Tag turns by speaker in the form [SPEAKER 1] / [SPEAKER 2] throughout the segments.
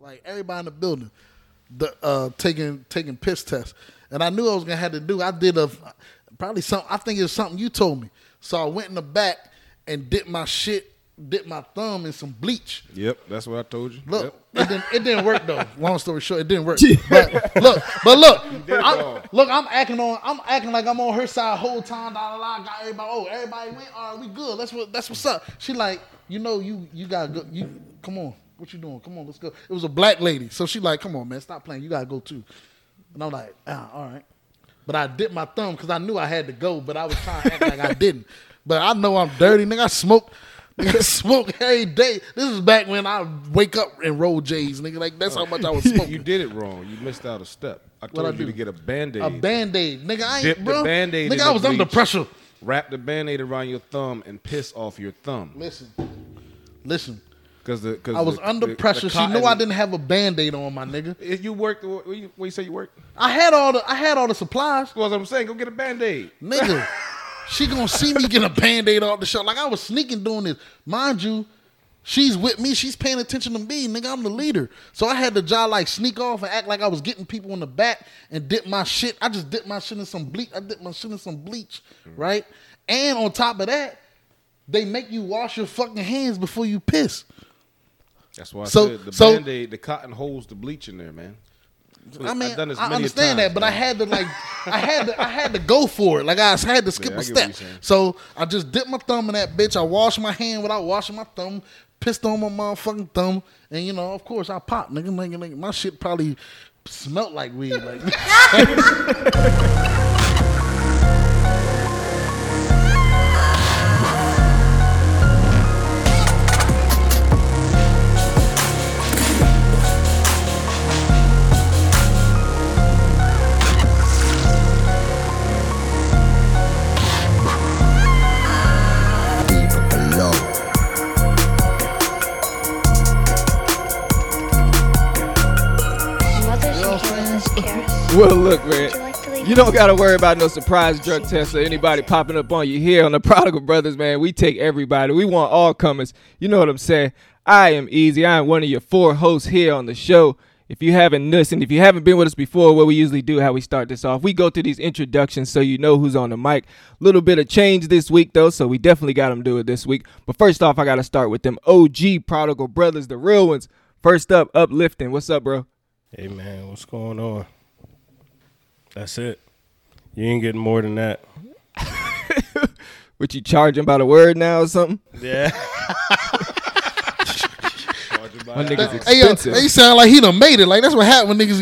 [SPEAKER 1] Like everybody in the building, the uh, taking taking piss tests, and I knew I was gonna have to do. I did a probably some. I think it was something you told me. So I went in the back and dipped my shit, dipped my thumb in some bleach.
[SPEAKER 2] Yep, that's what I told you.
[SPEAKER 1] Look,
[SPEAKER 2] Yep.
[SPEAKER 1] it didn't, it didn't work though. Long story short, it didn't work. But look, but look, I'm, look, I'm acting on, I'm acting like I'm on her side whole time. Da, da, da, got everybody. Oh, everybody went. All right, we good. That's what. That's what's up. She like, you know, you you got good. You come on. What you doing? Come on, let's go. It was a black lady, so she like, come on, man, stop playing. You gotta go too. And I'm like, ah, all right. But I dipped my thumb because I knew I had to go, but I was trying to act like I didn't. But I know I'm dirty, nigga. I smoke, nigga, smoke every day. This is back when I wake up and roll J's, nigga. Like that's how much I was smoking.
[SPEAKER 2] You did it wrong. You missed out a step. I told
[SPEAKER 1] I
[SPEAKER 2] you
[SPEAKER 1] do?
[SPEAKER 2] to get a band aid.
[SPEAKER 1] a band aid, nigga. I ain't,
[SPEAKER 2] Dip the
[SPEAKER 1] bro.
[SPEAKER 2] Band-Aid
[SPEAKER 1] nigga,
[SPEAKER 2] in
[SPEAKER 1] I
[SPEAKER 2] the
[SPEAKER 1] was under
[SPEAKER 2] bleach.
[SPEAKER 1] pressure.
[SPEAKER 2] Wrap the band aid around your thumb and piss off your thumb.
[SPEAKER 1] Listen, listen.
[SPEAKER 2] Because the cause
[SPEAKER 1] I was
[SPEAKER 2] the-
[SPEAKER 1] under
[SPEAKER 2] the- the
[SPEAKER 1] pressure. She knew
[SPEAKER 2] cotton-
[SPEAKER 1] I didn't have a band aid on, my nigga.
[SPEAKER 2] If you worked, what you, what you say you worked?
[SPEAKER 1] I had all the, I had all the supplies,
[SPEAKER 2] Well, as I'm saying, go get a band aid.
[SPEAKER 1] nigga. she gonna see me get a band aid off the show. Like I was sneaking doing this, mind you. She's with me. She's paying attention to me, nigga. I'm the leader, so I had to job like sneak off and act like I was getting people in the back and dip my shit. I just dipped my shit in some bleach. I dipped my shit in some bleach, right? And on top of that, they make you wash your fucking hands before you piss.
[SPEAKER 2] That's why I
[SPEAKER 1] So-
[SPEAKER 2] said the
[SPEAKER 1] so-
[SPEAKER 2] band aid, the cotton holds the bleach in there, man.
[SPEAKER 1] I mean,
[SPEAKER 2] I've done this
[SPEAKER 1] I
[SPEAKER 2] many
[SPEAKER 1] understand
[SPEAKER 2] times,
[SPEAKER 1] that, but I
[SPEAKER 2] man.
[SPEAKER 1] had to like, I had to, I had to go for it. Like I had to skip
[SPEAKER 2] Yeah, I
[SPEAKER 1] a
[SPEAKER 2] get what
[SPEAKER 1] step.
[SPEAKER 2] you're saying.
[SPEAKER 1] So I just dipped my thumb in that bitch. I washed my hand without washing my thumb. Pissed on my motherfucking thumb, and you know, of course, I popped, nigga, nigga, nigga. My shit probably smelt like weed. Like,
[SPEAKER 3] deep below.
[SPEAKER 4] Mother's insurance cares.
[SPEAKER 5] Well, look, man.
[SPEAKER 4] Would you like to leave?
[SPEAKER 5] You don't got to worry about no surprise drug test or anybody popping up on you here on the Prodigal Brothers, man. We take everybody. We want all comers. You know what I'm saying? I am Easy. I am one of your four hosts here on the show. If you haven't listened, if you haven't been with us before, what we usually do, how we start this off, we go through these introductions so you know who's on the mic. Little bit of change this week though, so we definitely got them do it this week. But first off, I got to start with them OG Prodigal Brothers, the real ones. First up, uplifting. What's up, bro?
[SPEAKER 6] Hey man, what's going on? That's it. You ain't getting more than that.
[SPEAKER 5] What you charging by the word now or something?
[SPEAKER 6] Yeah.
[SPEAKER 5] My nigga's
[SPEAKER 1] hey, yo,
[SPEAKER 5] expensive.
[SPEAKER 1] they sound like he done made it. Like that's what happened when niggas,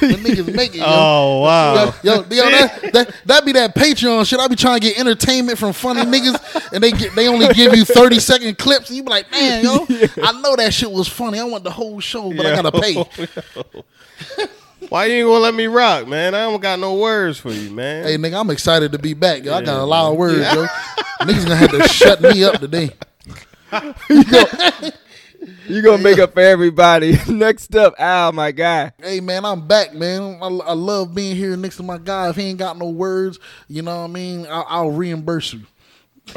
[SPEAKER 1] when niggas make it. Yo.
[SPEAKER 6] Oh wow.
[SPEAKER 1] Yo, yo, yo, that, that that be that Patreon shit. I be trying to get entertainment from funny niggas, and they get they only give you thirty second clips, and you be like, man, yo, I know that shit was funny. I want the whole show, but I gotta pay.
[SPEAKER 6] Why you ain't gonna let me rock, man? I don't got no words for you, man.
[SPEAKER 1] Hey, nigga, I'm excited to be back. Yo, I got a lot of words, yo. Niggas gonna have to shut me up today.
[SPEAKER 5] You gonna make up for everybody. Next up, Al, my guy.
[SPEAKER 1] Hey man, I'm back, man. I, I love being here next to my guy. If he ain't got no words, you know what I mean. I'll, I'll reimburse you.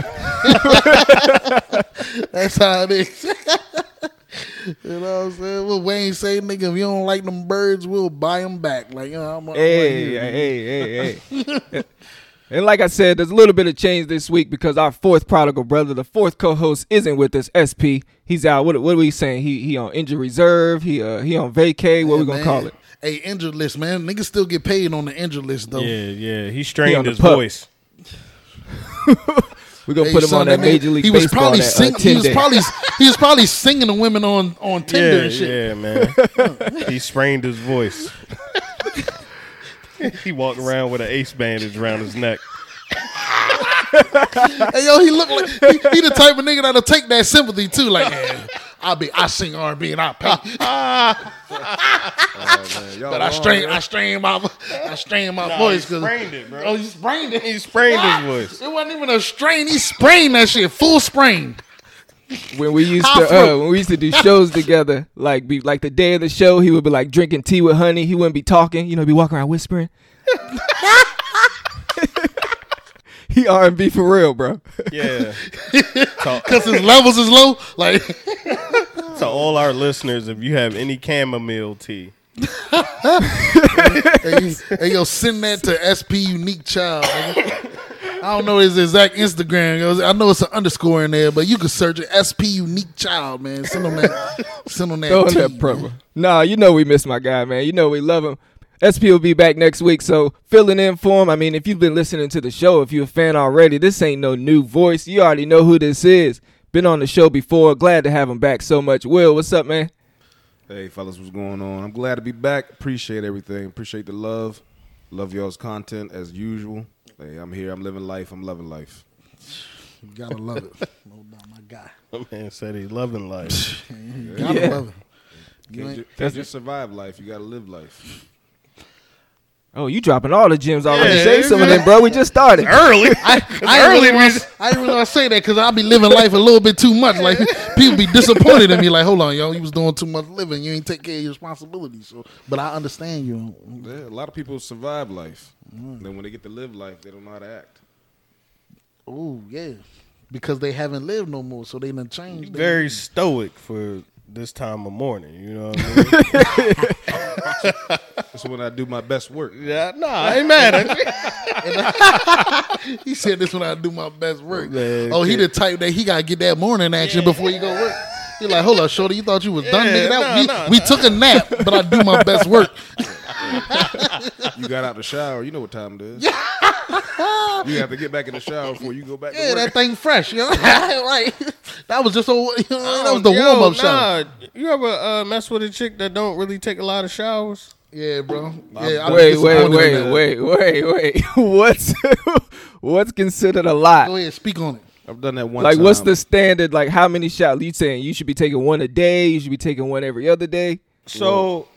[SPEAKER 1] That's how it is. you know what I'm saying? What Wayne say, nigga, if you don't like them birds, we'll buy them back. Like you know, I'm, I'm
[SPEAKER 5] Hey,
[SPEAKER 1] right here.
[SPEAKER 5] hey, hey, hey. and like I said, there's a little bit of change this week because our fourth prodigal brother, the fourth co-host, isn't with us. SP, he's out. What, what are we saying? He he on injury reserve. He uh he on vacay. What we gonna
[SPEAKER 1] Man.
[SPEAKER 5] call it?
[SPEAKER 1] Hey, injured list, man. Niggas still get paid on the injured list though.
[SPEAKER 6] yeah, yeah. He
[SPEAKER 5] He on
[SPEAKER 6] strained
[SPEAKER 5] the
[SPEAKER 6] his
[SPEAKER 5] pup.
[SPEAKER 6] voice.
[SPEAKER 5] We gonna
[SPEAKER 1] Hey,
[SPEAKER 5] put him
[SPEAKER 1] son,
[SPEAKER 5] on that
[SPEAKER 1] nigga-
[SPEAKER 5] major league
[SPEAKER 1] He was
[SPEAKER 5] baseball.
[SPEAKER 1] probably
[SPEAKER 5] that, uh,
[SPEAKER 1] singing. He
[SPEAKER 5] 10
[SPEAKER 1] was
[SPEAKER 5] day.
[SPEAKER 1] probably he was probably singing to women on on Tinder
[SPEAKER 6] Yeah,
[SPEAKER 1] and shit.
[SPEAKER 6] yeah, man. he strained his voice. he walked around with an ace bandage around his neck.
[SPEAKER 1] Hey, yo, he look like he, he the type of nigga that'll take that sympathy too. Like, yeah, I be I sing R and B and I pay,
[SPEAKER 6] Ah,
[SPEAKER 2] Man, y'all
[SPEAKER 1] but I
[SPEAKER 2] wrong,
[SPEAKER 1] strain
[SPEAKER 2] man.
[SPEAKER 1] I strain my I strain my
[SPEAKER 6] Nah,
[SPEAKER 1] voice
[SPEAKER 6] he
[SPEAKER 1] because
[SPEAKER 6] sprained it, bro.
[SPEAKER 1] oh you sprained it.
[SPEAKER 6] He sprained his voice.
[SPEAKER 1] It wasn't even a strain. He sprained that shit full sprain.
[SPEAKER 5] when we used
[SPEAKER 1] How
[SPEAKER 5] to uh,
[SPEAKER 1] fruit.
[SPEAKER 5] when we used to do shows together, like be like the day of the show, he would be like drinking tea with honey. He wouldn't be talking, you know, be walking around whispering. he R and B for real, bro.
[SPEAKER 6] Yeah.
[SPEAKER 1] Cause his levels is low. Like
[SPEAKER 6] To all our listeners, if you have any chamomile tea,
[SPEAKER 1] Hey, you, hey, yo, send that to SP Unique Child. nigga. I don't know his exact Instagram. It was- I know it's an underscore in there, but you can search it. SP Unique Child, man. Send him that. Send him that.
[SPEAKER 5] Throw in
[SPEAKER 1] tea,
[SPEAKER 5] that
[SPEAKER 1] man.
[SPEAKER 5] promo. Nah, you know we miss my guy, man. You know we love him. SP will be back next week, so filling in for him. I mean, if you've been listening to the show, if you're a fan already, this ain't no new voice. You already know who this is. Been on the show before. Glad to have him back so much. Will, what's up, man?
[SPEAKER 2] Hey, fellas, what's going on? I'm glad to be back. Appreciate everything. Appreciate the love. Love y'all's content as usual. Hey, I'm here. I'm living life. I'm loving life.
[SPEAKER 1] You gotta love it. No doubt, my guy.
[SPEAKER 6] my man said he's loving life.
[SPEAKER 1] You gotta love it. You
[SPEAKER 2] Can't,
[SPEAKER 1] ain't-
[SPEAKER 2] ju- can't just survive life. You got to live life.
[SPEAKER 5] Oh, you dropping all the gems already.
[SPEAKER 6] Yeah,
[SPEAKER 5] Say some of
[SPEAKER 6] yeah.
[SPEAKER 5] them, bro. We just started.
[SPEAKER 6] Early,
[SPEAKER 1] I, I didn't
[SPEAKER 6] early
[SPEAKER 1] really wanna,
[SPEAKER 6] we-
[SPEAKER 1] I didn't really wanna say that because I'll be living life a little bit too much. Like people be disappointed in me. Like, hold on, yo, you was doing too much living. You ain't take care of your responsibilities. So, but I understand you.
[SPEAKER 2] Yeah, a lot of people survive life. Then when they get to live life, they don't know how to act.
[SPEAKER 1] Oh yeah, because they haven't lived no more, so they done changed. their-
[SPEAKER 6] very stoic for this time of morning. You know what I mean?
[SPEAKER 2] That's when I do my best work.
[SPEAKER 6] yeah, nah, I ain't mad at you.
[SPEAKER 1] He said this when I do my best work.
[SPEAKER 6] Man,
[SPEAKER 1] oh, he the type that he gotta get that morning action before you go work. He like, hold up, shorty, you thought you was done, nigga. That,
[SPEAKER 6] nah,
[SPEAKER 1] we,
[SPEAKER 6] nah,
[SPEAKER 1] we took a nap, but I do my best work.
[SPEAKER 2] You got out the shower. You know what time it is. you have to get back in the shower before you go back
[SPEAKER 1] Yeah,
[SPEAKER 2] to work.
[SPEAKER 1] that thing fresh, you know? right? That was just a, you know, that was the
[SPEAKER 6] Oh, Yo,
[SPEAKER 1] warm up shot.
[SPEAKER 6] nah, You ever uh, mess with a chick that don't really take a lot of showers?
[SPEAKER 1] Yeah, bro. Yeah, I was
[SPEAKER 5] Wait, wait,
[SPEAKER 1] disappointed in
[SPEAKER 5] wait,
[SPEAKER 1] that.
[SPEAKER 5] wait, wait, wait. What's what's considered a lot?
[SPEAKER 1] Go ahead, speak on it.
[SPEAKER 2] I've done that one
[SPEAKER 5] Like,
[SPEAKER 2] time.
[SPEAKER 5] what's the standard? Like, how many shots? You saying you should be taking one a day? You should be taking one every other day?
[SPEAKER 6] So,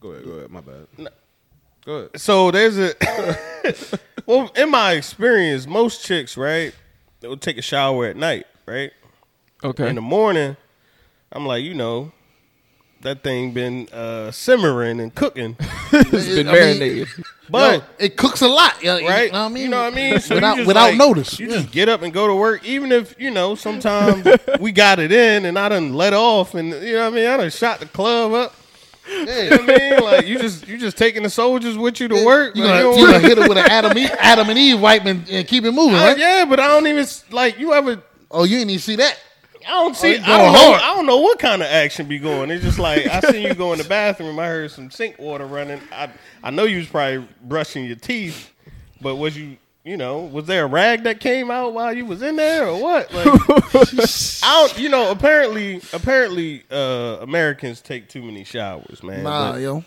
[SPEAKER 2] Go ahead, go ahead. My bad. Go ahead.
[SPEAKER 6] so there's a. well, in my experience, most chicks, right, they will take a shower at night, right?
[SPEAKER 5] Okay.
[SPEAKER 6] In the morning, I'm like, you know, that thing been uh, simmering and cooking,
[SPEAKER 5] It's been
[SPEAKER 1] I mean-
[SPEAKER 5] marinated.
[SPEAKER 6] but.
[SPEAKER 1] Yo, it cooks a lot, yo, you
[SPEAKER 6] Right,
[SPEAKER 1] know what I mean?
[SPEAKER 6] you know what I mean. So you
[SPEAKER 1] without
[SPEAKER 6] just,
[SPEAKER 1] without
[SPEAKER 6] like,
[SPEAKER 1] notice,
[SPEAKER 6] you
[SPEAKER 1] yeah.
[SPEAKER 6] just get up and go to work, even if you know sometimes we got it in and I done let off, and you know what I mean. I done shot the club up. You know what I mean? Like you just you just taking the soldiers with you to work.
[SPEAKER 1] you gonna,
[SPEAKER 6] Like, you don't
[SPEAKER 1] you
[SPEAKER 6] wanna-
[SPEAKER 1] gonna hit it with an Adam, Eve, Adam and Eve wipe and, and keep it moving,
[SPEAKER 6] I-
[SPEAKER 1] right?
[SPEAKER 6] yeah, but I don't even s- like you ever.
[SPEAKER 1] Oh, you didn't even see that.
[SPEAKER 6] I don't see.
[SPEAKER 1] you
[SPEAKER 6] I
[SPEAKER 1] Oh, going
[SPEAKER 6] don't know.
[SPEAKER 1] hard.
[SPEAKER 6] I don't know what kind of action be going. It's just like I seen you go in the bathroom. I heard some sink water running. I I know you was probably brushing your teeth, but was you you know was there a rag that came out while you was in there or what? Like I don't. You know apparently apparently uh Americans take too many showers, man.
[SPEAKER 1] Nah,
[SPEAKER 6] but,
[SPEAKER 1] yo.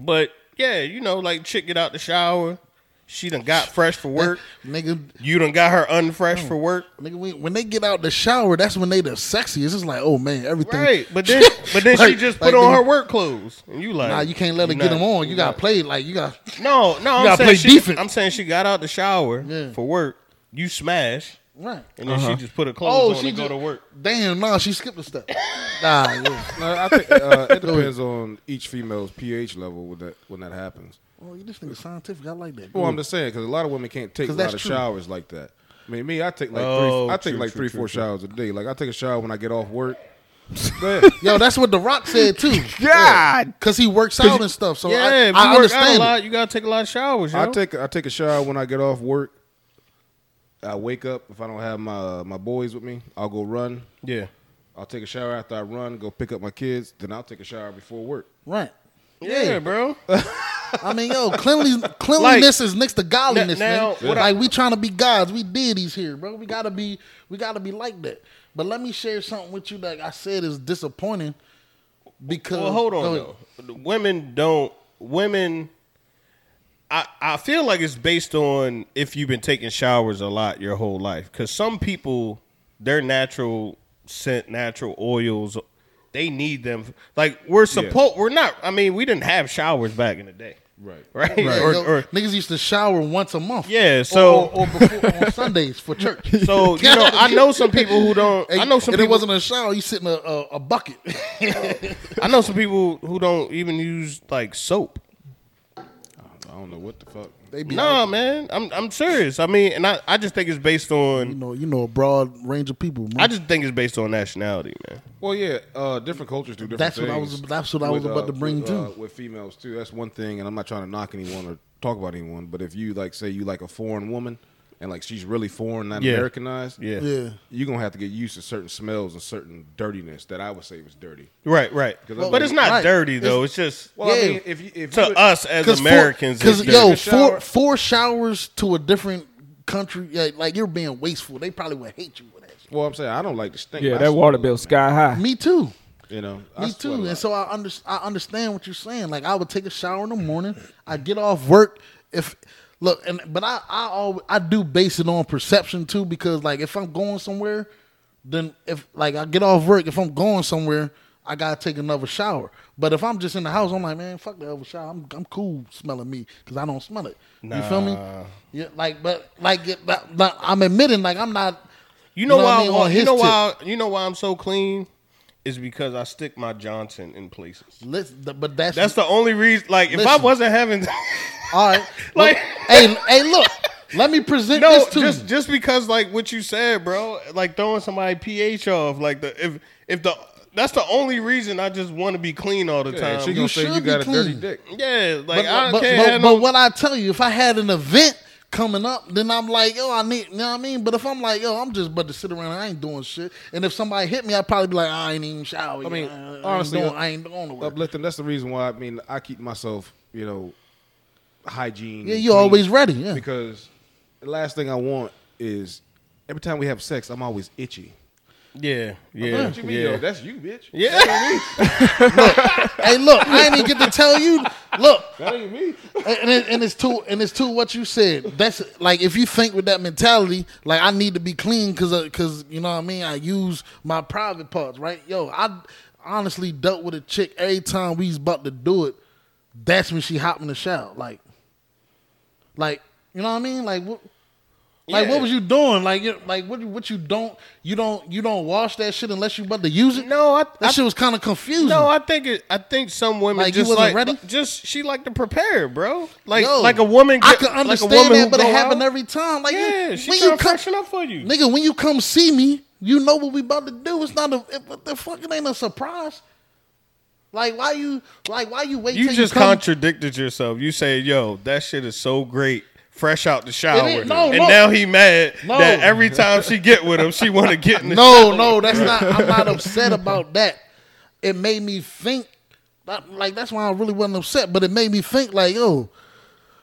[SPEAKER 6] but yeah, you know like chick get out the shower. She done got fresh for work.
[SPEAKER 1] Nigga,
[SPEAKER 6] You done got her unfresh for work.
[SPEAKER 1] nigga, we, when they get out the shower, that's when they the sexiest. It's like, oh man, everything.
[SPEAKER 6] Right, but then but then she
[SPEAKER 1] Like-
[SPEAKER 6] just
[SPEAKER 1] like
[SPEAKER 6] put on
[SPEAKER 1] the-
[SPEAKER 6] her work clothes, and you like,
[SPEAKER 1] Nah, you can't let her
[SPEAKER 6] you
[SPEAKER 1] get
[SPEAKER 6] not-
[SPEAKER 1] them on. You
[SPEAKER 6] you
[SPEAKER 1] gotta
[SPEAKER 6] not-
[SPEAKER 1] play like you got.
[SPEAKER 6] No, no, I'm
[SPEAKER 1] gotta
[SPEAKER 6] saying
[SPEAKER 1] play
[SPEAKER 6] she,
[SPEAKER 1] defense.
[SPEAKER 6] I'm saying she got out the shower
[SPEAKER 1] Yeah.
[SPEAKER 6] for work. You smash,
[SPEAKER 1] Right.
[SPEAKER 6] and then she just put her clothes
[SPEAKER 1] Oh,
[SPEAKER 6] on
[SPEAKER 1] she
[SPEAKER 6] and go
[SPEAKER 1] just-
[SPEAKER 6] to work.
[SPEAKER 1] Damn, nah, she skipped a step. Nah, yeah.
[SPEAKER 2] No, I think uh, it depends on each female's pH level when that when that happens.
[SPEAKER 1] Oh, this nigga scientific. I like that.
[SPEAKER 2] Well, I'm just saying because a lot of women can't take a
[SPEAKER 1] 'Cause
[SPEAKER 2] lot
[SPEAKER 1] that's
[SPEAKER 2] of
[SPEAKER 1] true.
[SPEAKER 2] showers like that. I mean, me, I take like
[SPEAKER 6] Oh,
[SPEAKER 2] three, I take
[SPEAKER 6] true,
[SPEAKER 2] like
[SPEAKER 6] true,
[SPEAKER 2] three,
[SPEAKER 6] true,
[SPEAKER 2] four
[SPEAKER 6] true.
[SPEAKER 2] showers a day. Like I take a shower when I get off work.
[SPEAKER 1] Yo, that's what The Rock said too.
[SPEAKER 5] God.
[SPEAKER 1] Cause he works out and stuff. So
[SPEAKER 6] Yeah, if
[SPEAKER 1] I, I
[SPEAKER 6] you work out a
[SPEAKER 1] understand. it.
[SPEAKER 6] lot, you gotta take a lot of showers. Yo.
[SPEAKER 2] I take I take a shower when I get off work. I wake up if I don't have my my boys with me. I'll go run.
[SPEAKER 6] yeah,
[SPEAKER 2] I'll take a shower after I run. Go pick up my kids. Then I'll take a shower before work.
[SPEAKER 1] Right.
[SPEAKER 6] yeah, bro.
[SPEAKER 1] I mean, yo, cleanliness, cleanliness is next to godliness.
[SPEAKER 6] now,
[SPEAKER 1] man.
[SPEAKER 6] what I-
[SPEAKER 1] like we trying to be gods, we deities here, bro. We gotta be, we gotta be like that. But let me share something with you that I said is disappointing. Because Oh,
[SPEAKER 6] Well, hold
[SPEAKER 1] Go
[SPEAKER 6] on
[SPEAKER 1] ahead.
[SPEAKER 6] though. The Women don't. Women. I I feel like it's based on if you've been taking showers a lot your whole life. Because some people, their natural scent, natural oils, they need them. Like we're supposed. We're not. I mean, we didn't have showers back in the day.
[SPEAKER 2] Right.
[SPEAKER 6] Right.
[SPEAKER 1] Yeah,
[SPEAKER 6] Or,
[SPEAKER 1] yo,
[SPEAKER 6] or-
[SPEAKER 1] niggas used to shower once a month.
[SPEAKER 6] Yeah, so-
[SPEAKER 1] or, or before, on Sundays for church.
[SPEAKER 6] so you know, I know some people who don't. I know some.
[SPEAKER 1] And
[SPEAKER 6] people,
[SPEAKER 1] it wasn't a shower. You sit in a, a, a bucket.
[SPEAKER 6] I know some people who don't even use like soap.
[SPEAKER 2] I don't know what the fuck.
[SPEAKER 1] They be
[SPEAKER 6] No, man. I'm I'm serious. I mean, and I, I just think it's based
[SPEAKER 1] you
[SPEAKER 6] on
[SPEAKER 1] know, you know, a broad range of people. Man.
[SPEAKER 6] I just think it's based on nationality, man.
[SPEAKER 2] Well, yeah, uh, different cultures do different
[SPEAKER 1] That's
[SPEAKER 2] things.
[SPEAKER 1] what I was- that's what I was about to bring,
[SPEAKER 2] with,
[SPEAKER 1] too.
[SPEAKER 2] uh, with females too. That's one thing, and I'm not trying to knock anyone or talk about anyone, but if you like say you like a foreign woman and like she's really foreign, not
[SPEAKER 6] Yeah.
[SPEAKER 2] Americanized,
[SPEAKER 6] Yeah.
[SPEAKER 1] yeah.
[SPEAKER 2] you're gonna have to get used to certain smells and certain dirtiness that I would say was dirty.
[SPEAKER 6] Right, right.
[SPEAKER 2] Well,
[SPEAKER 6] but it's not
[SPEAKER 1] right.
[SPEAKER 6] dirty though. It's, just
[SPEAKER 2] Well,
[SPEAKER 1] Yeah. uh,
[SPEAKER 2] I mean, if you if
[SPEAKER 6] to
[SPEAKER 2] you,
[SPEAKER 6] us as
[SPEAKER 1] Cause four-
[SPEAKER 6] Americans. it's
[SPEAKER 1] cause
[SPEAKER 6] dirty.
[SPEAKER 1] yo,
[SPEAKER 2] Take a shower.
[SPEAKER 1] four four showers to a different country, yeah, like you're being wasteful. They probably would hate you for that. shit.
[SPEAKER 2] well, I'm saying I don't like the stink.
[SPEAKER 5] Yeah,
[SPEAKER 2] I
[SPEAKER 5] that water
[SPEAKER 2] smell
[SPEAKER 5] bill
[SPEAKER 2] it,
[SPEAKER 5] sky high.
[SPEAKER 1] Me too.
[SPEAKER 2] You know, I
[SPEAKER 1] Me
[SPEAKER 2] sweat a
[SPEAKER 1] too.
[SPEAKER 2] lot.
[SPEAKER 1] And so I under, I understand what you're saying. Like I would take a shower in the morning. I get off work if look and but I I always, I do base it on perception too because like if I'm going somewhere, then if like I get off work, if I'm going somewhere, I gotta take another shower. But if I'm just in the house, I'm like, man, fuck the other shower. I'm I'm cool smelling me because I don't smell it. You feel me? Yeah, like but like, it- like, like, I'm admitting like I'm not.
[SPEAKER 6] You know,
[SPEAKER 1] You know what I
[SPEAKER 6] why? I
[SPEAKER 1] mean?
[SPEAKER 6] want-
[SPEAKER 1] On
[SPEAKER 6] you
[SPEAKER 1] his
[SPEAKER 6] know
[SPEAKER 1] tip.
[SPEAKER 6] why? You know why I'm so clean? Is because I stick my Johnson in places.
[SPEAKER 1] Let's, but that's
[SPEAKER 6] That's the only reason. Like, if I
[SPEAKER 1] Listen.
[SPEAKER 6] wasn't having,
[SPEAKER 1] all right.
[SPEAKER 6] Like-
[SPEAKER 1] Like, hey, hey, look. Let me present
[SPEAKER 6] no,
[SPEAKER 1] this to you.
[SPEAKER 6] just just because like what you said, bro, like throwing somebody ph off, like the if if the that's the only reason I just want to be clean all the
[SPEAKER 2] Yeah,
[SPEAKER 6] time.
[SPEAKER 2] and she
[SPEAKER 6] Yeah,
[SPEAKER 2] gonna
[SPEAKER 1] should
[SPEAKER 2] say you
[SPEAKER 1] be
[SPEAKER 2] got a dirty
[SPEAKER 1] clean.
[SPEAKER 2] dick.
[SPEAKER 6] like I
[SPEAKER 1] but,
[SPEAKER 6] can't
[SPEAKER 1] but-
[SPEAKER 6] have
[SPEAKER 1] but
[SPEAKER 6] no.
[SPEAKER 1] what I tell you, if I had an event coming up, then I'm like, yo, I need, you know what I mean? But if I'm like, yo, I'm just about to sit around, I ain't doing shit. And if somebody hit me, I'd probably be like, I ain't even shower.
[SPEAKER 2] I mean,
[SPEAKER 1] yet. I ain't
[SPEAKER 2] honestly, uh,
[SPEAKER 1] doing- I ain't going nowhere.
[SPEAKER 2] uplifting. That's the reason why I mean I keep myself, you know, hygiene.
[SPEAKER 1] Yeah,
[SPEAKER 2] and
[SPEAKER 1] you
[SPEAKER 2] clean
[SPEAKER 1] always ready. Yeah.
[SPEAKER 2] Because the last thing I want is every time we have sex, I'm always itchy.
[SPEAKER 6] yeah, yeah,
[SPEAKER 2] What you mean, yo?
[SPEAKER 6] yeah.
[SPEAKER 2] That's you, bitch.
[SPEAKER 6] Yeah,
[SPEAKER 1] hey, look, I ain't even get to tell you. Look,
[SPEAKER 2] That ain't me.
[SPEAKER 1] and, it, and it's too and it's too what you said. That's like if you think with that mentality, like I need to be clean because because you know what I mean. I use my private parts, right? Yo, I honestly dealt with a chick every time we was about to do it. That's when she hopped in the shower, like, like you know what I mean, like what. Like
[SPEAKER 6] Yeah.
[SPEAKER 1] what was you doing? Like you like what what you don't you don't you don't wash that shit unless you about to use it.
[SPEAKER 6] no, I,
[SPEAKER 1] that
[SPEAKER 6] I
[SPEAKER 1] shit was kind of confusing.
[SPEAKER 6] No, I think it, I think some women
[SPEAKER 1] Like, you
[SPEAKER 6] just
[SPEAKER 1] wasn't
[SPEAKER 6] like
[SPEAKER 1] ready?
[SPEAKER 6] just she like to prepare, bro. Like
[SPEAKER 1] Yo,
[SPEAKER 6] like a woman.
[SPEAKER 1] I
[SPEAKER 6] get-
[SPEAKER 1] can
[SPEAKER 6] like a
[SPEAKER 1] understand
[SPEAKER 6] woman who
[SPEAKER 1] that, but it
[SPEAKER 6] go
[SPEAKER 1] happened
[SPEAKER 6] out.
[SPEAKER 1] every time. Like
[SPEAKER 6] Yeah,
[SPEAKER 1] you,
[SPEAKER 6] she
[SPEAKER 1] when
[SPEAKER 6] trying
[SPEAKER 1] you
[SPEAKER 6] to
[SPEAKER 1] come,
[SPEAKER 6] freshen up for you.
[SPEAKER 1] nigga, when you come see me, you know what we about to do. It's not a it, what the fuck. It ain't a surprise. Like why you like why you wait?
[SPEAKER 6] You
[SPEAKER 1] till
[SPEAKER 6] just
[SPEAKER 1] you come?
[SPEAKER 6] contradicted yourself. You say, "Yo, that shit is so great." Fresh out the shower,
[SPEAKER 1] It is- no,
[SPEAKER 6] and
[SPEAKER 1] no.
[SPEAKER 6] now he mad
[SPEAKER 1] No.
[SPEAKER 6] that every time she get with him, she want to get in the
[SPEAKER 1] no, no, that's not. I'm not upset about that. It made me think. that- Like that's why I really wasn't upset, but it made me think. Like yo,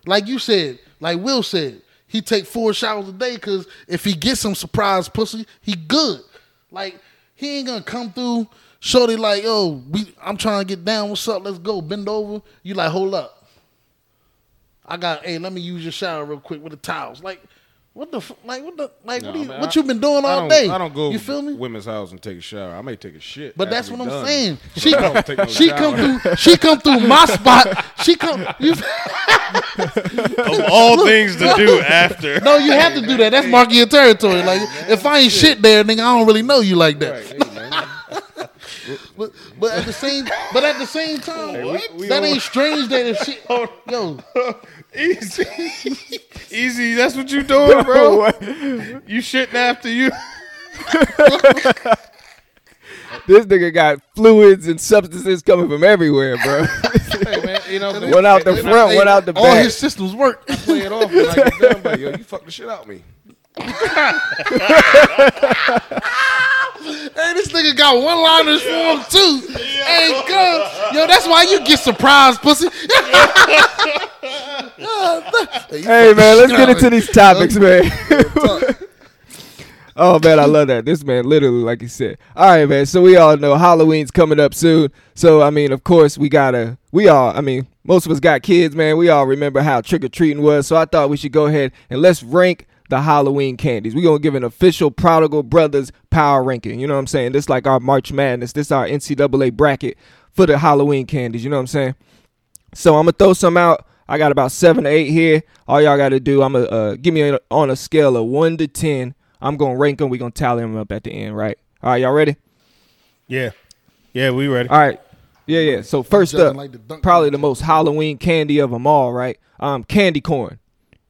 [SPEAKER 1] like you said, like Will said, he take four showers a day because if he gets some surprise pussy, he good. Like he ain't gonna come through. Shorty like yo, we. I'm trying to get down. What's up? Let's go. Bend over. You like hold up. I got. Hey, let me use your shower real quick with the towels. Like. What the fu- like? What the like? what, do you,
[SPEAKER 2] man,
[SPEAKER 1] what
[SPEAKER 2] I-
[SPEAKER 1] you been doing
[SPEAKER 2] I
[SPEAKER 1] all
[SPEAKER 2] don't,
[SPEAKER 1] day?
[SPEAKER 2] I don't go.
[SPEAKER 1] Oh, You feel me?
[SPEAKER 2] Women's house and take a shower. I may take a shit.
[SPEAKER 1] But that's
[SPEAKER 2] after we
[SPEAKER 1] what I'm
[SPEAKER 2] done.
[SPEAKER 1] saying. She
[SPEAKER 2] I don't take no
[SPEAKER 1] she come
[SPEAKER 2] shower.
[SPEAKER 1] through. She come through my spot. She come. You,
[SPEAKER 6] of all things to do after.
[SPEAKER 1] no, you have to do that. That's marking your territory. Like if I ain't shit there, nigga, I don't really know you like that.
[SPEAKER 2] Right, hey, man.
[SPEAKER 1] But, but at the same, but at the same time,
[SPEAKER 2] we
[SPEAKER 1] that
[SPEAKER 2] all-
[SPEAKER 1] ain't strange. That if she, yo,
[SPEAKER 6] Easy, easy. That's what you doing, bro. You shitting after you.
[SPEAKER 5] This nigga got fluids and substances coming from everywhere, bro.
[SPEAKER 2] Hey, man, you know,
[SPEAKER 5] one out the
[SPEAKER 2] they- they
[SPEAKER 5] front, one out the
[SPEAKER 1] all
[SPEAKER 5] back.
[SPEAKER 1] his systems work.
[SPEAKER 2] Play it off like it's done, but yo, you fucked the shit out of me.
[SPEAKER 1] Hey, this nigga got one liners for him too. Hey, cuz, yo, that's why you get surprised, pussy.
[SPEAKER 5] hey man, let's get into these topics, man. oh man, I love that. This man literally, like he said. All right, man. So we all know Halloween's coming up soon. So I mean, of course, we gotta. We all. I mean, most of us got kids, man. We all remember how trick or treating was. So I thought we should go ahead and let's rank the Halloween candies. We're gonna give an official Prodigal Brothers power ranking. You know what I'm saying? This like our March Madness. This our NCAA bracket for the Halloween candies. You know what I'm saying? So I'm gonna throw some out. I got about seven to eight here. All y'all gotta do, I'm gonna uh, give me a, on a scale of one to ten. I'm gonna rank them. We gonna tally them up at the end, right? All right, y'all ready?
[SPEAKER 6] Yeah, yeah, we ready.
[SPEAKER 5] All right, Yeah, yeah. So first
[SPEAKER 1] judging
[SPEAKER 5] up,
[SPEAKER 1] like the dunk
[SPEAKER 5] probably the
[SPEAKER 1] contest.
[SPEAKER 5] most Halloween candy of them all, right? Um, candy corn.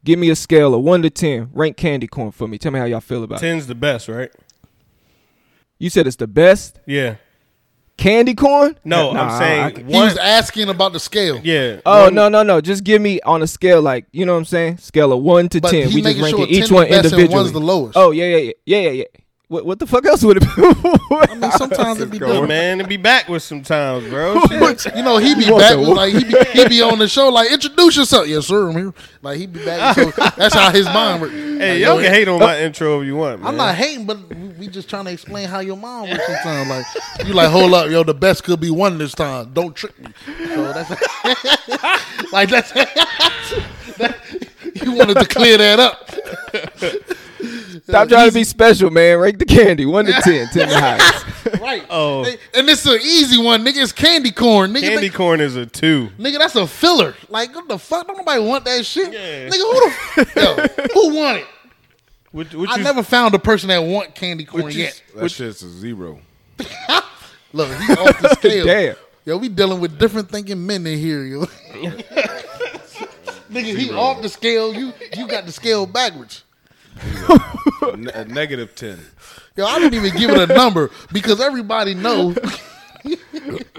[SPEAKER 5] Give me a scale of one to ten. Rank candy corn for me. Tell me how y'all feel about it.
[SPEAKER 6] Ten's the best, right?
[SPEAKER 5] You said it's the best
[SPEAKER 6] Yeah.
[SPEAKER 5] candy corn.
[SPEAKER 6] No,
[SPEAKER 5] Nah,
[SPEAKER 6] I'm saying
[SPEAKER 5] I can-
[SPEAKER 1] He
[SPEAKER 6] one.
[SPEAKER 1] was asking about the scale.
[SPEAKER 6] Yeah.
[SPEAKER 5] Oh no no no! Just give me on a scale like you know what I'm saying. Scale of one to
[SPEAKER 1] But
[SPEAKER 5] ten.
[SPEAKER 1] he
[SPEAKER 5] We just
[SPEAKER 1] making
[SPEAKER 5] ranking
[SPEAKER 1] sure
[SPEAKER 5] each
[SPEAKER 1] 10
[SPEAKER 5] one
[SPEAKER 1] the best and
[SPEAKER 5] individually.
[SPEAKER 1] one's the lowest.
[SPEAKER 5] Oh yeah yeah yeah yeah yeah. yeah. What, what the fuck else would it be?
[SPEAKER 1] I mean, sometimes it be
[SPEAKER 6] Look,
[SPEAKER 1] good.
[SPEAKER 6] man, it be backwards sometimes, bro. Shit.
[SPEAKER 1] You know, he be
[SPEAKER 5] What
[SPEAKER 1] back
[SPEAKER 5] the-
[SPEAKER 1] like he be, he be on the show like introduce yourself. Yes, sir, I'm here. Like he be back. So that's how his mind works.
[SPEAKER 6] Hey,
[SPEAKER 1] Like,
[SPEAKER 6] y'all
[SPEAKER 1] yo,
[SPEAKER 6] can hate on my intro if you want, man.
[SPEAKER 1] I'm not hating, but we- we just trying to explain how your mom works sometimes. Like you like, hold up, yo, the best could be one this time. Don't trick me. So that's like that's that, you wanted to clear that up.
[SPEAKER 5] Stop trying to be special, man. Rank the candy one to ten. Ten the highest.
[SPEAKER 1] Right.
[SPEAKER 6] Oh.
[SPEAKER 1] Hey, And this is an easy one, nigga. It's candy corn, nigga.
[SPEAKER 6] Candy
[SPEAKER 1] Nigga-
[SPEAKER 6] corn is a two.
[SPEAKER 1] Nigga, that's a filler. Like, what the fuck? Don't nobody want that shit.
[SPEAKER 6] Yeah.
[SPEAKER 1] Nigga, who the f- yo, who want it?
[SPEAKER 6] What, what
[SPEAKER 1] I
[SPEAKER 6] you-
[SPEAKER 1] never found a person that want candy corn
[SPEAKER 6] what you-
[SPEAKER 1] yet.
[SPEAKER 2] That shit's a zero.
[SPEAKER 1] Look, he off the scale.
[SPEAKER 5] Damn.
[SPEAKER 1] Yo, we dealing with different thinking men in here, yo. Nigga, he off the scale. You you got the scale backwards.
[SPEAKER 2] Ne- a negative ten.
[SPEAKER 1] Yo, I didn't even give it a number because everybody know,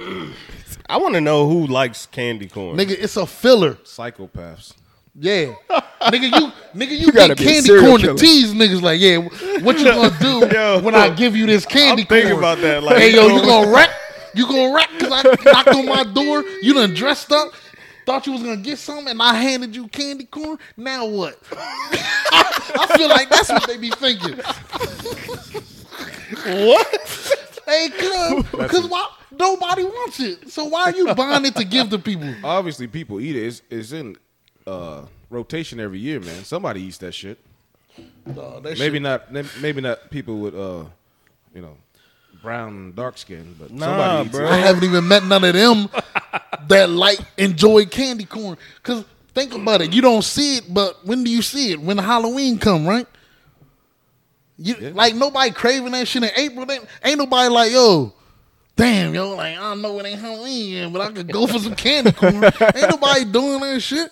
[SPEAKER 6] I want to know who likes candy corn.
[SPEAKER 1] nigga, it's a filler.
[SPEAKER 2] Psychopaths.
[SPEAKER 1] Yeah, nigga, you nigga, you,
[SPEAKER 5] gotta
[SPEAKER 1] get
[SPEAKER 5] be a
[SPEAKER 1] candy
[SPEAKER 5] serial
[SPEAKER 1] corn
[SPEAKER 5] killer.
[SPEAKER 1] to tease niggas. Like, yeah, what you gonna do
[SPEAKER 6] Yo,
[SPEAKER 1] when I give you this candy
[SPEAKER 6] I'm thinking
[SPEAKER 1] corn?
[SPEAKER 6] about that, like-
[SPEAKER 1] hey, yo, you gonna rap? You gonna rap? Cause I knocked on my door. You done dressed up. Thought you was gonna get something, and I handed you candy corn. Now what? I, I feel like that's what they be thinking.
[SPEAKER 6] What?
[SPEAKER 1] Hey, cuz, cause why nobody wants it? So why are you buying it to give to people?
[SPEAKER 2] Obviously, people eat it. It's, it's in uh, rotation every year, man. Somebody eats that shit.
[SPEAKER 1] Dawg, that
[SPEAKER 2] Maybe
[SPEAKER 1] shit-
[SPEAKER 2] not. ne- Maybe not people with uh, you know, brown and dark skin, but
[SPEAKER 6] Nah,
[SPEAKER 2] somebody eats
[SPEAKER 6] bro.
[SPEAKER 2] it.
[SPEAKER 1] I haven't even met none of them that like enjoy candy corn. Cause think about it, you don't see it, but when do you see it? When Halloween come, right? You like nobody craving that shit in April. They, ain't nobody like yo. Damn, yo, like I know it ain't Halloween yet, but I could go for some candy corn. ain't nobody doing that shit.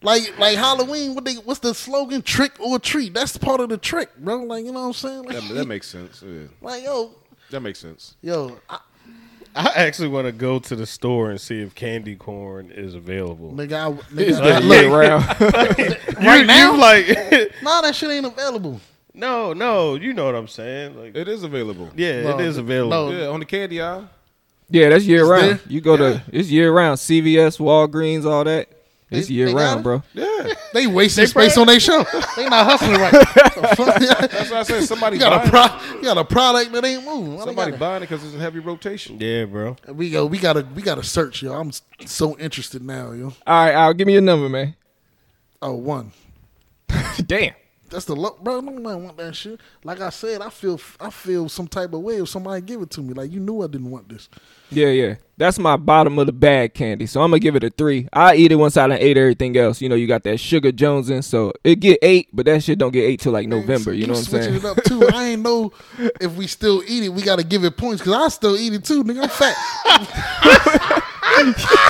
[SPEAKER 1] Like, like Halloween, what they, what's the slogan? Trick or treat. That's part of the trick, bro. Like, you know what I'm saying? Like,
[SPEAKER 2] That, that makes sense. Yeah.
[SPEAKER 1] like yo,
[SPEAKER 2] That makes sense.
[SPEAKER 1] yo, I,
[SPEAKER 6] I actually want to go to the store and see if candy corn is available.
[SPEAKER 1] nigga, I, nigga, I-
[SPEAKER 5] Just look around.
[SPEAKER 1] Right now?
[SPEAKER 6] you like
[SPEAKER 1] No, that shit ain't available.
[SPEAKER 6] no, no. You know what I'm saying? Like,
[SPEAKER 2] It is available.
[SPEAKER 6] yeah,
[SPEAKER 1] No,
[SPEAKER 6] it is available.
[SPEAKER 1] no.
[SPEAKER 2] Yeah, on the candy aisle.
[SPEAKER 5] yeah, that's year round.
[SPEAKER 1] there?
[SPEAKER 5] You go to it's year round. CVS, Walgreens, all that. It's
[SPEAKER 1] They-
[SPEAKER 5] year
[SPEAKER 1] they got
[SPEAKER 5] round,
[SPEAKER 1] it?
[SPEAKER 5] bro.
[SPEAKER 2] Yeah,
[SPEAKER 1] They wasting space on their show. They not hustling right. The fuck?
[SPEAKER 2] that's what I said. Somebody
[SPEAKER 1] you got
[SPEAKER 2] buying
[SPEAKER 1] a pro- you got a product that ain't moving. Why they
[SPEAKER 2] somebody
[SPEAKER 1] gotta-
[SPEAKER 2] buying it because it's in heavy rotation.
[SPEAKER 6] Yeah, bro.
[SPEAKER 1] we go. We gotta. We gotta search, yo. I'm s- so interested now, yo.
[SPEAKER 5] All right, Al, give me your number, man.
[SPEAKER 1] Oh, one.
[SPEAKER 5] Damn.
[SPEAKER 1] That's the look, bro. Nobody want that shit. Like I said, I feel. I feel some type of way if somebody give it to me. Like you knew I didn't want this.
[SPEAKER 5] Yeah, yeah. That's my bottom of the bag candy. So I'm gonna give it a three. I eat it once I done ate everything else. You know, you got that sugar Jones in, so it get eight, but that shit don't get eight till like November. You know what I'm
[SPEAKER 1] switching it
[SPEAKER 5] saying?
[SPEAKER 1] up too. I ain't know if we still eat it. We gotta give it points because I still eat it too, nigga. I'm fat.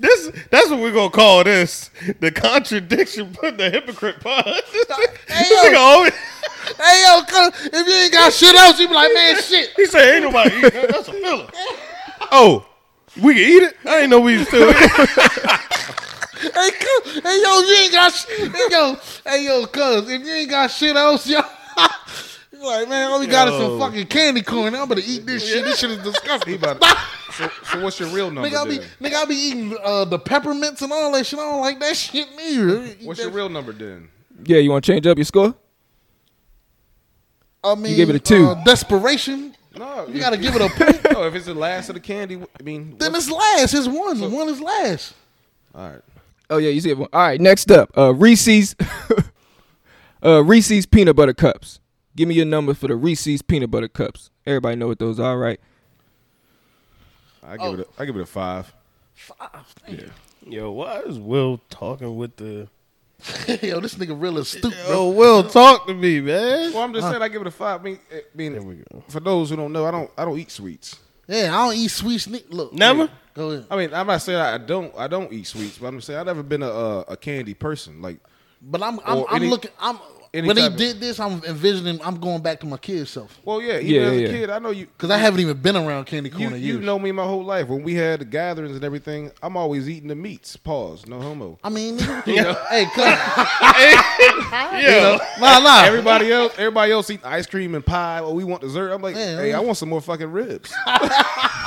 [SPEAKER 6] This that's what we're gonna call this the contradiction, but the hypocrite pod. This nigga always-
[SPEAKER 1] hey yo, cuz, if you ain't got shit else, you be like, man, shit.
[SPEAKER 6] he said ain't nobody eating that. That's a filler. Oh, we can eat it. I ain't know we still. Eat it.
[SPEAKER 1] Hey, cuz, hey, yo, you ain't got shit. Hey, yo, hey, yo, cuz, if you ain't got shit else, yo. you like, man, all we got is some fucking candy corn. I'm gonna eat this shit. This shit is disgusting.
[SPEAKER 2] He about so, so what's your real number?
[SPEAKER 1] Nigga, I be,
[SPEAKER 2] then?
[SPEAKER 1] nigga, I be eating uh, the peppermints and all that shit. I don't like that shit neither. Eat
[SPEAKER 2] What's
[SPEAKER 1] that-
[SPEAKER 2] your real number then?
[SPEAKER 5] Yeah, you want to change up your score?
[SPEAKER 1] I mean,
[SPEAKER 5] gave it a two.
[SPEAKER 1] Uh, desperation.
[SPEAKER 2] No,
[SPEAKER 1] You gotta give it a point.
[SPEAKER 2] No, Oh, if it's the last of the candy, I mean,
[SPEAKER 1] Then
[SPEAKER 2] what's-
[SPEAKER 1] it's last. It's one. one is last.
[SPEAKER 2] all right.
[SPEAKER 5] Oh yeah, you said one. All right, next up, uh, Reese's, uh, Reese's peanut butter cups. Give me your number for the Reese's peanut butter cups. Everybody know what those are, right?
[SPEAKER 2] I give it. A, I give it a five.
[SPEAKER 6] Yo, why is Will talking with the?
[SPEAKER 1] yo, this nigga real astute, bro.
[SPEAKER 6] Yo, Oh, Will, talk to me, man.
[SPEAKER 2] eh, Well, I'm just saying I give it a five. I mean, I mean, for those who don't know, I don't. I don't eat sweets.
[SPEAKER 1] Yeah, I don't eat sweets. ne- Look,
[SPEAKER 6] Never?
[SPEAKER 1] yeah, go ahead.
[SPEAKER 2] I mean, I'm not saying I I don't. I don't eat sweets, but I'm saying I've never been a a, a candy person. Like,
[SPEAKER 1] But I'm I'm,
[SPEAKER 2] Or
[SPEAKER 1] I'm
[SPEAKER 2] any-
[SPEAKER 1] looking. I'm
[SPEAKER 2] any
[SPEAKER 1] when he
[SPEAKER 2] type of-
[SPEAKER 1] did this, I'm envisioning. I'm going back to my kid self
[SPEAKER 2] well, yeah, even
[SPEAKER 5] Yeah,
[SPEAKER 2] as a
[SPEAKER 5] yeah.
[SPEAKER 2] kid, I know you
[SPEAKER 1] because I haven't even been around candy corn
[SPEAKER 2] You,
[SPEAKER 1] in
[SPEAKER 2] you
[SPEAKER 1] years.
[SPEAKER 2] know me my whole life. When we had the gatherings and everything, I'm always eating the meats. Pause. No homo.
[SPEAKER 1] I mean, you know, hey, cuz,
[SPEAKER 6] Yeah.
[SPEAKER 1] nah, nah.
[SPEAKER 2] Everybody else, everybody else eating ice cream and pie. Or we want dessert. I'm like,
[SPEAKER 1] Yeah.
[SPEAKER 2] hey, I want some more fucking ribs.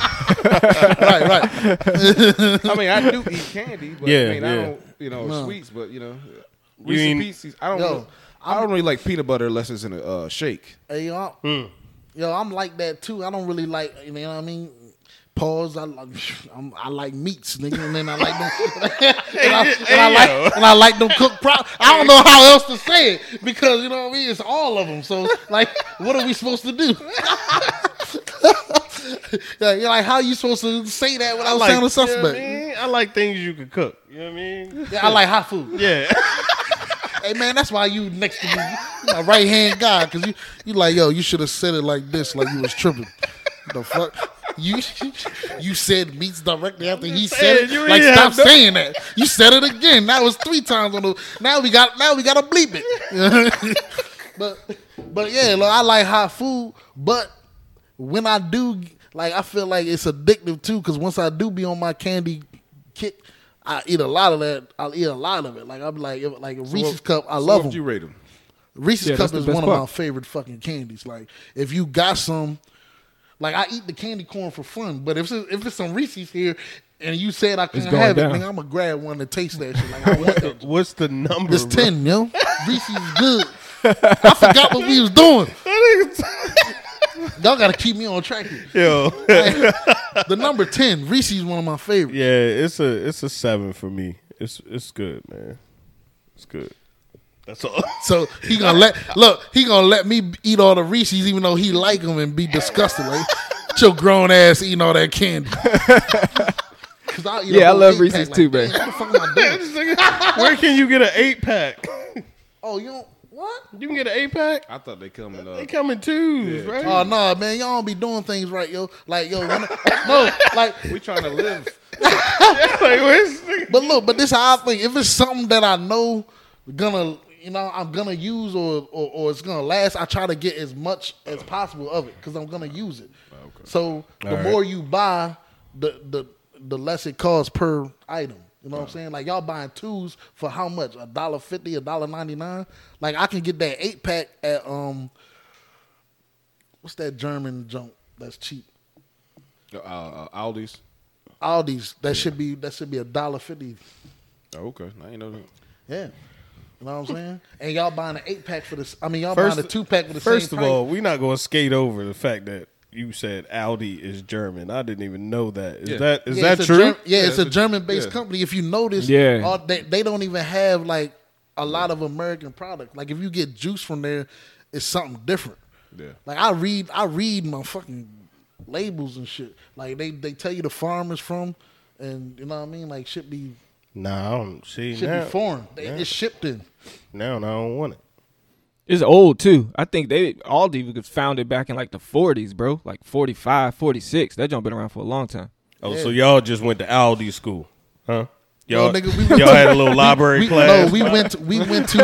[SPEAKER 1] right, right.
[SPEAKER 2] I mean, I do eat candy, but
[SPEAKER 6] Yeah,
[SPEAKER 2] I mean, I
[SPEAKER 6] yeah.
[SPEAKER 2] don't, you know, sweets, but you know,
[SPEAKER 6] You
[SPEAKER 2] Reese's
[SPEAKER 6] ain't-
[SPEAKER 2] Pieces. I don't.
[SPEAKER 1] Yo,
[SPEAKER 2] really- I don't really like peanut butter unless it's in a uh, shake.
[SPEAKER 1] Hey, yo, I'm,
[SPEAKER 6] Hmm.
[SPEAKER 1] yo, I'm like that too. I don't really like, you know what I mean? Pause. I like, I'm, I like meats, nigga, and then I like them, and, I, and I
[SPEAKER 6] hey, yo.
[SPEAKER 1] like, and I like them cooked. Pro- I don't know how else to say it because you know what I mean. It's all of them. So like, what are we supposed to do? yeah, you're like, how you supposed to say that without
[SPEAKER 6] like,
[SPEAKER 1] sounding
[SPEAKER 6] you know what I,
[SPEAKER 1] suspect?
[SPEAKER 6] mean? I like things you can cook. You know what I mean?
[SPEAKER 1] yeah, I like hot food.
[SPEAKER 6] Yeah.
[SPEAKER 1] Hey man, that's why you next to me, you my right hand guy, because you you like yo, you should have said it like this, like you was tripping. The fuck. You you said meets directly after he said
[SPEAKER 6] said-
[SPEAKER 1] it.
[SPEAKER 6] you
[SPEAKER 1] Like
[SPEAKER 6] really
[SPEAKER 1] stop
[SPEAKER 6] have no-
[SPEAKER 1] saying that. You said it again. That was three times on the. Now we got now we got to bleep it. but but yeah, look, I like hot food, but when I do, like I feel like it's addictive too, because once I do be on my candy kick, I eat a lot of that. I'll eat a lot of it. Like I'm like if, like Reese's cup, I
[SPEAKER 2] So
[SPEAKER 1] love
[SPEAKER 2] what would
[SPEAKER 1] them.
[SPEAKER 2] you rate them?
[SPEAKER 1] Reese's
[SPEAKER 5] Yeah, that's
[SPEAKER 1] Cup
[SPEAKER 5] the
[SPEAKER 1] is
[SPEAKER 5] best
[SPEAKER 1] one of
[SPEAKER 5] part.
[SPEAKER 1] my favorite fucking candies. Like, if you got some, like I eat the candy corn for fun, but if it's, if it's some Reese's here and you said I couldn't
[SPEAKER 5] going
[SPEAKER 1] have
[SPEAKER 5] down.
[SPEAKER 1] it, nigga, I'm gonna grab one to taste that shit. Like, I want that.
[SPEAKER 6] What's the number?
[SPEAKER 1] It's
[SPEAKER 6] bro?
[SPEAKER 1] ten, yo. Reese's is good. I forgot what we was doing. Y'all gotta keep me on track. Here.
[SPEAKER 6] Yo.
[SPEAKER 1] The number ten, Reese's, one of my favorites.
[SPEAKER 6] Yeah, it's a it's a seven for me. It's it's good, man. It's good. That's all.
[SPEAKER 1] So he gonna let look. He gonna let me eat all the Reese's, even though he like them and be disgusted. Like it's your grown ass eating all that candy. 'Cause I'll eat a
[SPEAKER 5] Yeah, I
[SPEAKER 1] whole
[SPEAKER 5] love
[SPEAKER 1] eight-pack
[SPEAKER 5] Reese's
[SPEAKER 1] like
[SPEAKER 5] too,
[SPEAKER 1] that.
[SPEAKER 5] man.
[SPEAKER 1] What the fuck am I doing?
[SPEAKER 6] Where can you get an eight pack?
[SPEAKER 1] Oh, you don't, what?
[SPEAKER 6] You can get an eight pack.
[SPEAKER 2] I thought they come in.
[SPEAKER 6] They
[SPEAKER 2] Uh,
[SPEAKER 6] come in twos, right?
[SPEAKER 1] Oh no, man, y'all don't be doing things right, yo. Like yo, when I- no, like.
[SPEAKER 2] we trying to live.
[SPEAKER 6] like, where's the-
[SPEAKER 1] But look, but this how I think. If it's something that I know gonna, you know, I'm gonna use or or, or it's gonna last, I try to get as much as possible of it because I'm gonna use it. So the more you buy, the the the less it costs per item. You know what I'm saying? Like y'all buying twos for how much? A dollar fifty, a dollar ninety nine. Like I can get that eight pack at um, what's that German junk that's cheap?
[SPEAKER 2] Uh, uh, Aldi's.
[SPEAKER 1] Aldi's. That should be that should be a dollar fifty.
[SPEAKER 2] Oh, okay, I ain't know that.
[SPEAKER 1] Yeah. You know what I'm saying? And y'all buying an eight pack for this. I mean, y'all
[SPEAKER 6] First-
[SPEAKER 1] buying a two pack for the
[SPEAKER 6] First
[SPEAKER 1] same
[SPEAKER 6] of all, we're not going to skate over the fact that you said Audi is German. I didn't even know that. Is
[SPEAKER 2] Yeah.
[SPEAKER 6] that is
[SPEAKER 1] price.
[SPEAKER 6] that
[SPEAKER 1] it's
[SPEAKER 6] true?
[SPEAKER 1] A Germ- yeah, it's
[SPEAKER 2] Yeah,
[SPEAKER 1] a German based
[SPEAKER 2] yeah.
[SPEAKER 1] company. If you notice,
[SPEAKER 5] Yeah.
[SPEAKER 1] all, they, they don't even have like a lot of American product. Like if you get juice from there, it's something different.
[SPEAKER 2] Yeah.
[SPEAKER 1] Like I read, I read my fucking labels and shit. Like they they tell you the farm is from, and you know what I mean. Like should be
[SPEAKER 6] nah, I don't see
[SPEAKER 1] should
[SPEAKER 6] now.
[SPEAKER 1] be foreign. They,
[SPEAKER 6] Yeah.
[SPEAKER 1] It's shipped in.
[SPEAKER 6] now I don't want it.
[SPEAKER 5] It's old too. I think they Aldi was founded back in like the 40s, bro. Like 45, 46. That joint been around for a long time.
[SPEAKER 6] Oh, so y'all just went to Aldi school, huh?
[SPEAKER 1] No,
[SPEAKER 6] Y'all,
[SPEAKER 1] nigga, we-
[SPEAKER 6] y'all had a little library
[SPEAKER 1] we,
[SPEAKER 6] class. Uh,
[SPEAKER 1] No, we went. To, we went to.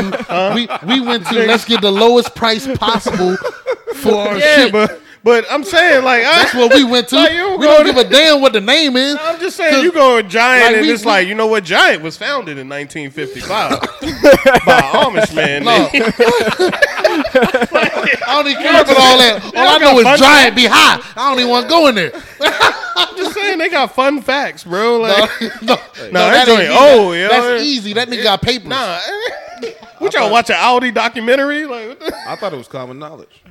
[SPEAKER 1] we, we went to. Let's get the lowest price possible for our
[SPEAKER 6] yeah,
[SPEAKER 1] shit.
[SPEAKER 6] but but I'm saying like I,
[SPEAKER 1] That's what we went to.
[SPEAKER 6] Like, you
[SPEAKER 1] we
[SPEAKER 6] go
[SPEAKER 1] don't
[SPEAKER 6] to-
[SPEAKER 1] give a damn what the name is.
[SPEAKER 6] I'm just saying, you go with Giant,
[SPEAKER 1] like,
[SPEAKER 6] and
[SPEAKER 1] we-
[SPEAKER 6] it's
[SPEAKER 1] we-
[SPEAKER 6] like, you know what? Giant was founded in 1955 by Amish man.
[SPEAKER 1] No.
[SPEAKER 6] They-
[SPEAKER 1] I don't even care about all that. All I
[SPEAKER 6] got
[SPEAKER 1] know
[SPEAKER 6] fun
[SPEAKER 1] is Giant be high. I don't even want to go in there.
[SPEAKER 6] I'm just saying, they got fun facts, bro.
[SPEAKER 1] No,
[SPEAKER 6] Like,
[SPEAKER 1] no,
[SPEAKER 6] that
[SPEAKER 1] that
[SPEAKER 6] joint
[SPEAKER 1] ain't
[SPEAKER 6] old,
[SPEAKER 1] easy.
[SPEAKER 6] yo.
[SPEAKER 1] That's easy. That nigga got papers.
[SPEAKER 6] nah. what y'all watch an Audi documentary? Like, what the?
[SPEAKER 2] I thought it was common knowledge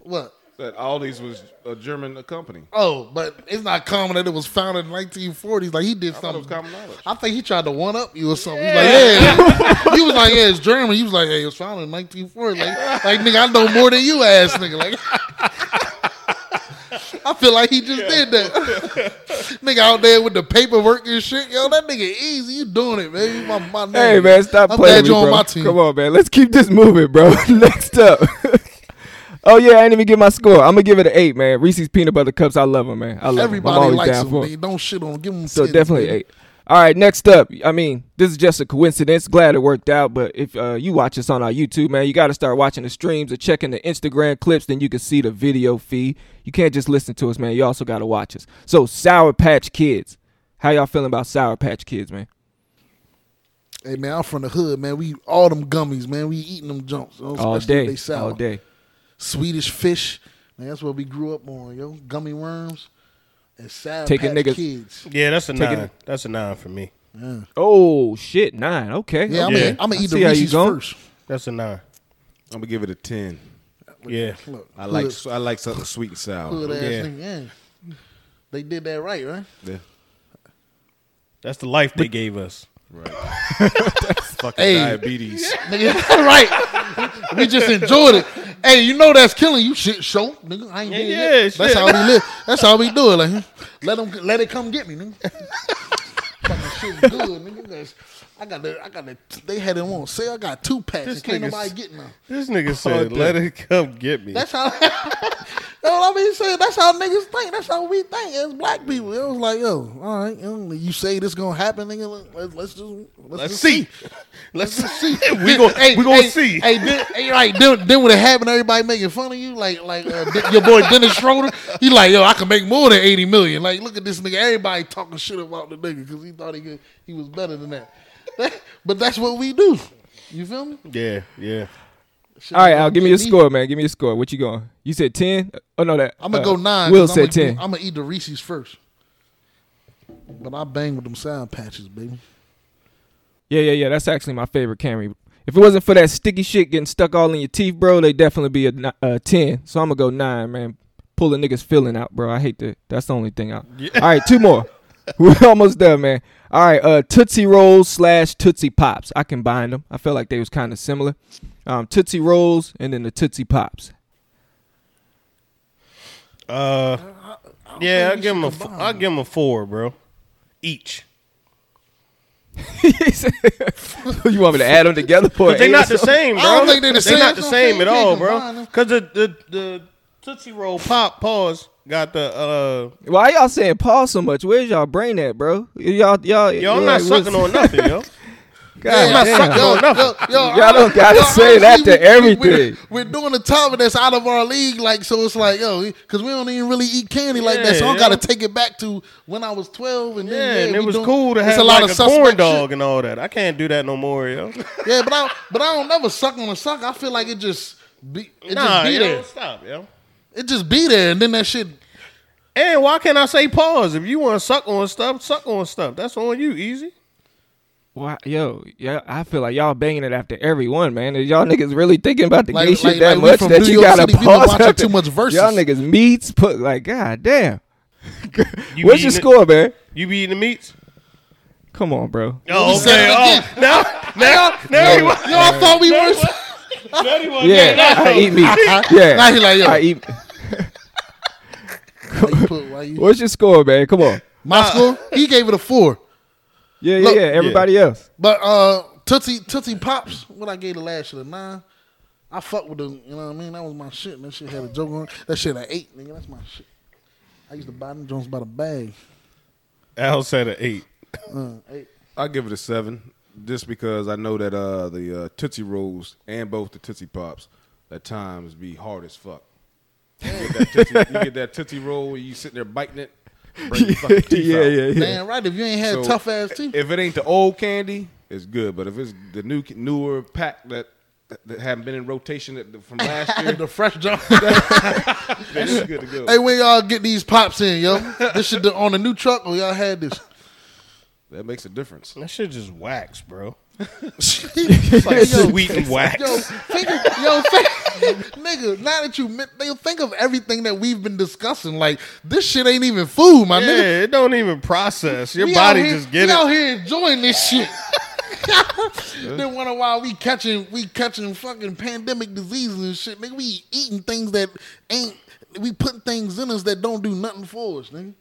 [SPEAKER 1] What?
[SPEAKER 2] that Aldi's was a German company.
[SPEAKER 1] Oh, but it's not common that it was founded in 1940s. Like he did
[SPEAKER 2] I thought it was
[SPEAKER 1] something.
[SPEAKER 2] common knowledge.
[SPEAKER 1] I think he tried to one up you or something. He was like, yeah. he was like, yeah, it's German. He was like, hey, it was founded in 1940. Like, like nigga, I know more than you, ass nigga. Like, I feel like he just did that. nigga out there with the paperwork and shit. Yo, that nigga easy. You doing it, baby. My, my
[SPEAKER 5] Hey
[SPEAKER 1] nigga.
[SPEAKER 5] man, stop
[SPEAKER 1] I'm glad
[SPEAKER 5] playing. with
[SPEAKER 1] you
[SPEAKER 5] me,
[SPEAKER 1] on
[SPEAKER 5] bro.
[SPEAKER 1] my team.
[SPEAKER 5] Come on, man. Let's keep this moving, bro. Next up. Oh yeah, I didn't even give my score. I'm gonna give it an eight, man. Reese's peanut butter cups, I love them, man. I love 'em. I'm
[SPEAKER 1] Everybody
[SPEAKER 5] always
[SPEAKER 1] likes
[SPEAKER 5] down
[SPEAKER 1] them.
[SPEAKER 5] for 'em.
[SPEAKER 1] man. Don't shit on them. Give them
[SPEAKER 5] So definitely eight. All right, next up. I mean, this is just a coincidence. Glad it worked out. But if uh, you watch us on our YouTube, man, you got to start watching the streams or checking the Instagram clips. Then you can see the video feed. You can't just listen to us, man. You also got to watch us. So Sour Patch Kids, how y'all feeling about Sour Patch Kids, man?
[SPEAKER 1] Hey man, I'm from the hood, man. We all them gummies, man. We eating them jumps. you know,
[SPEAKER 5] All
[SPEAKER 1] especially if
[SPEAKER 5] day,
[SPEAKER 1] They sour.
[SPEAKER 5] all day.
[SPEAKER 1] Swedish fish. Man, that's what we grew up on, yo. Gummy worms and sad
[SPEAKER 5] Taking
[SPEAKER 1] Patch
[SPEAKER 5] niggas-
[SPEAKER 1] kids.
[SPEAKER 6] Yeah, that's a
[SPEAKER 5] Take it-
[SPEAKER 6] nine. That's a nine for me.
[SPEAKER 5] Oh shit, nine. Okay.
[SPEAKER 1] Yeah, I'm
[SPEAKER 5] okay.
[SPEAKER 1] gonna, I'm
[SPEAKER 5] I
[SPEAKER 1] gonna eat the
[SPEAKER 5] see how you
[SPEAKER 1] Reese's
[SPEAKER 5] going.
[SPEAKER 1] first.
[SPEAKER 6] That's a nine.
[SPEAKER 2] I'm gonna give it a ten.
[SPEAKER 6] Yeah.
[SPEAKER 1] Look,
[SPEAKER 2] I like
[SPEAKER 1] hood,
[SPEAKER 2] I like something sweet and sour.
[SPEAKER 1] hood ass
[SPEAKER 6] Yeah.
[SPEAKER 1] nigga. yeah. They did that right, right?
[SPEAKER 2] Yeah.
[SPEAKER 6] That's the life they gave us.
[SPEAKER 2] Fucking
[SPEAKER 1] Hey.
[SPEAKER 2] diabetes.
[SPEAKER 1] Nigga, right. We just enjoyed it. Hey, you know that's killing you, shit show, nigga. I ain't
[SPEAKER 6] Yeah,
[SPEAKER 1] doing
[SPEAKER 6] yeah,
[SPEAKER 1] that. That's
[SPEAKER 6] shit.
[SPEAKER 1] how we live. That's how we do it. Like, hmm, let them, let it come get me, nigga. Fucking shit good, nigga. That's- I got the, I got the. They had it on sale. I got two packs.
[SPEAKER 6] This
[SPEAKER 1] can't
[SPEAKER 6] nigga's-
[SPEAKER 1] nobody get none.
[SPEAKER 6] This nigga said,
[SPEAKER 2] damn.
[SPEAKER 6] "Let it come get me."
[SPEAKER 1] That's how. you know what I mean? Saying that's how niggas think. That's how we think as black people. It was like, yo, all right, you, know, you say this gonna happen, nigga. Let's, let's just let's,
[SPEAKER 6] Let's
[SPEAKER 1] just
[SPEAKER 6] see. Let's
[SPEAKER 1] Let's see.
[SPEAKER 6] we gonna
[SPEAKER 1] Hey,
[SPEAKER 6] we gonna
[SPEAKER 1] hey,
[SPEAKER 6] see.
[SPEAKER 1] Hey, then, hey, right then, then when it happened, everybody making fun of you, like like uh, De- your boy Dennis Schroeder. He like, yo, I can make more than eighty million. Like, look at this nigga. Everybody talking shit about the nigga because he thought he could, he was better than that. but that's what we do. You feel me?
[SPEAKER 6] Yeah, yeah.
[SPEAKER 1] Shit
[SPEAKER 5] All right,
[SPEAKER 1] don't
[SPEAKER 5] Al, give me
[SPEAKER 1] get
[SPEAKER 5] a score, man. Give me a score. What you going? You said ten? Oh no, that
[SPEAKER 1] I'm gonna
[SPEAKER 5] uh,
[SPEAKER 1] go nine.
[SPEAKER 5] Will
[SPEAKER 1] 'cause I'ma
[SPEAKER 5] said
[SPEAKER 1] do-
[SPEAKER 5] ten.
[SPEAKER 1] I'm gonna eat the Reese's first. But I bang with them sound patches, baby.
[SPEAKER 5] Yeah, yeah, yeah. That's actually my favorite Camry. If it wasn't for that sticky shit getting stuck all in your teeth, bro, they definitely be a, ni- a ten. So I'm gonna go nine, man. Pull a nigga's feeling out, bro. I hate that. That's the only thing out. All right, two more. We're almost done, man. All right, uh, Tootsie Rolls slash Tootsie Pops. I combined them. I felt like they was kind of similar. Um, Tootsie Rolls and then the Tootsie Pops.
[SPEAKER 6] Uh,
[SPEAKER 1] think
[SPEAKER 6] yeah, I'll
[SPEAKER 1] you
[SPEAKER 6] give him a
[SPEAKER 1] should
[SPEAKER 6] f-
[SPEAKER 1] combine
[SPEAKER 6] I'll give him a four, bro. Each.
[SPEAKER 5] you want me to add them together? for
[SPEAKER 6] But they're
[SPEAKER 5] eight
[SPEAKER 6] not
[SPEAKER 5] or
[SPEAKER 6] the
[SPEAKER 5] something?
[SPEAKER 6] same,
[SPEAKER 1] I
[SPEAKER 6] bro.
[SPEAKER 1] don't think they're the same.
[SPEAKER 6] They're not the
[SPEAKER 1] That's what I'm
[SPEAKER 6] same
[SPEAKER 1] saying.
[SPEAKER 6] at
[SPEAKER 1] You can't
[SPEAKER 6] all,
[SPEAKER 1] combine
[SPEAKER 6] bro.
[SPEAKER 1] them.
[SPEAKER 6] Because the, the the Tootsie Roll pop pause got the uh.
[SPEAKER 5] Why y'all saying pause so much? Where's y'all brain at, bro? Y'all, y'all,
[SPEAKER 6] Yo, I'm not sucking on nothing, yo.
[SPEAKER 5] God,
[SPEAKER 1] Yeah, yo,
[SPEAKER 5] damn.
[SPEAKER 1] yo, yo,
[SPEAKER 5] Y'all don't gotta say that to everything.
[SPEAKER 1] We, are doing a topic that's out of our league, like so. It's like yo, because we don't even really eat candy like that. So I
[SPEAKER 6] Yeah,
[SPEAKER 1] got to
[SPEAKER 6] yeah.
[SPEAKER 1] take it back to when I was twelve, and
[SPEAKER 6] Yeah,
[SPEAKER 1] then yeah,
[SPEAKER 6] and it
[SPEAKER 1] we
[SPEAKER 6] was
[SPEAKER 1] doing-
[SPEAKER 6] cool to
[SPEAKER 1] it's
[SPEAKER 6] have like a
[SPEAKER 1] suspect
[SPEAKER 6] corn
[SPEAKER 1] shit.
[SPEAKER 6] dog and all that. I can't do that no more, yo.
[SPEAKER 1] Yeah, but I but I don't never suck on a suck. I feel like it just be it
[SPEAKER 6] nah,
[SPEAKER 1] just be
[SPEAKER 6] yo,
[SPEAKER 1] there.
[SPEAKER 6] stop, yo.
[SPEAKER 1] It just be there, and then that shit.
[SPEAKER 6] And why can't I say pause? If you want to suck on stuff, suck on stuff. That's on you, easy.
[SPEAKER 5] Why, yo, yeah, I feel like y'all banging it after every one, man. Is y'all niggas really thinking about the
[SPEAKER 1] Like-
[SPEAKER 5] gay shit
[SPEAKER 1] like-
[SPEAKER 5] that
[SPEAKER 1] like we
[SPEAKER 5] much
[SPEAKER 1] from
[SPEAKER 5] that
[SPEAKER 1] New
[SPEAKER 5] you
[SPEAKER 1] York
[SPEAKER 5] gotta
[SPEAKER 1] City, we been
[SPEAKER 5] pause
[SPEAKER 1] watching
[SPEAKER 5] after-
[SPEAKER 1] too much Versus.
[SPEAKER 5] Y'all niggas meats put like, god damn.
[SPEAKER 6] You
[SPEAKER 5] What's your
[SPEAKER 6] eating it-
[SPEAKER 5] score, man?
[SPEAKER 6] You be eating the meats?
[SPEAKER 5] Come on, bro.
[SPEAKER 6] Oh,
[SPEAKER 1] said it again.
[SPEAKER 6] now, now, now, he wa-
[SPEAKER 1] Yo, I thought we were.
[SPEAKER 6] now he wanna
[SPEAKER 5] Yeah,
[SPEAKER 6] get it out.
[SPEAKER 5] I eat meat. Yeah,
[SPEAKER 1] Now he like, yo.
[SPEAKER 5] I eat.
[SPEAKER 1] Why you put- why you-
[SPEAKER 5] What's your score, man? Come on.
[SPEAKER 1] My score, he gave it a four.
[SPEAKER 5] Yeah, yeah,
[SPEAKER 1] Look-
[SPEAKER 5] yeah. Everybody else.
[SPEAKER 1] But uh Tootsie Tootsie Pops, what I gave the last shit a nine. I fuck with them, you know what I mean? That was my shit. That shit had a joke on it. That shit an eight, nigga. That's my shit. I used to buy them Jones by the bag.
[SPEAKER 6] Al said an eight.
[SPEAKER 1] Uh, eight.
[SPEAKER 2] I give it a seven, just because I know that uh, the uh, Tootsie Rolls and both the Tootsie Pops at times be hard as fuck. You get that Tootsie, you get that tootsie Roll, you sitting there biting it, bring your fucking teeth
[SPEAKER 5] yeah,
[SPEAKER 2] out.
[SPEAKER 5] yeah, yeah.
[SPEAKER 1] Damn right, if you ain't had
[SPEAKER 2] So,
[SPEAKER 1] tough ass teeth.
[SPEAKER 2] If it ain't the old candy, it's good. But if it's the new newer pack that that, that haven't been in rotation that, from last year,
[SPEAKER 1] the fresh Jones.
[SPEAKER 2] then it's good to go.
[SPEAKER 1] hey, when y'all get these pops in, yo, this shit on the new truck or y'all had this?
[SPEAKER 2] That makes a difference.
[SPEAKER 6] That shit just wax, bro.
[SPEAKER 1] it's like, yo,
[SPEAKER 6] Sweet and wax.
[SPEAKER 1] Yo, think of, yo, think, nigga. Now that you men- they think of everything that we've been discussing, like this shit ain't even food, my
[SPEAKER 6] yeah,
[SPEAKER 1] nigga.
[SPEAKER 6] it don't even process. Your
[SPEAKER 1] We
[SPEAKER 6] body
[SPEAKER 1] out here,
[SPEAKER 6] just get
[SPEAKER 1] we out
[SPEAKER 6] it.
[SPEAKER 1] here enjoying this shit. then wonder why we catching we catching fucking pandemic diseases and shit, nigga. We eating things that ain't we putting things in us that don't do nothing for us, nigga.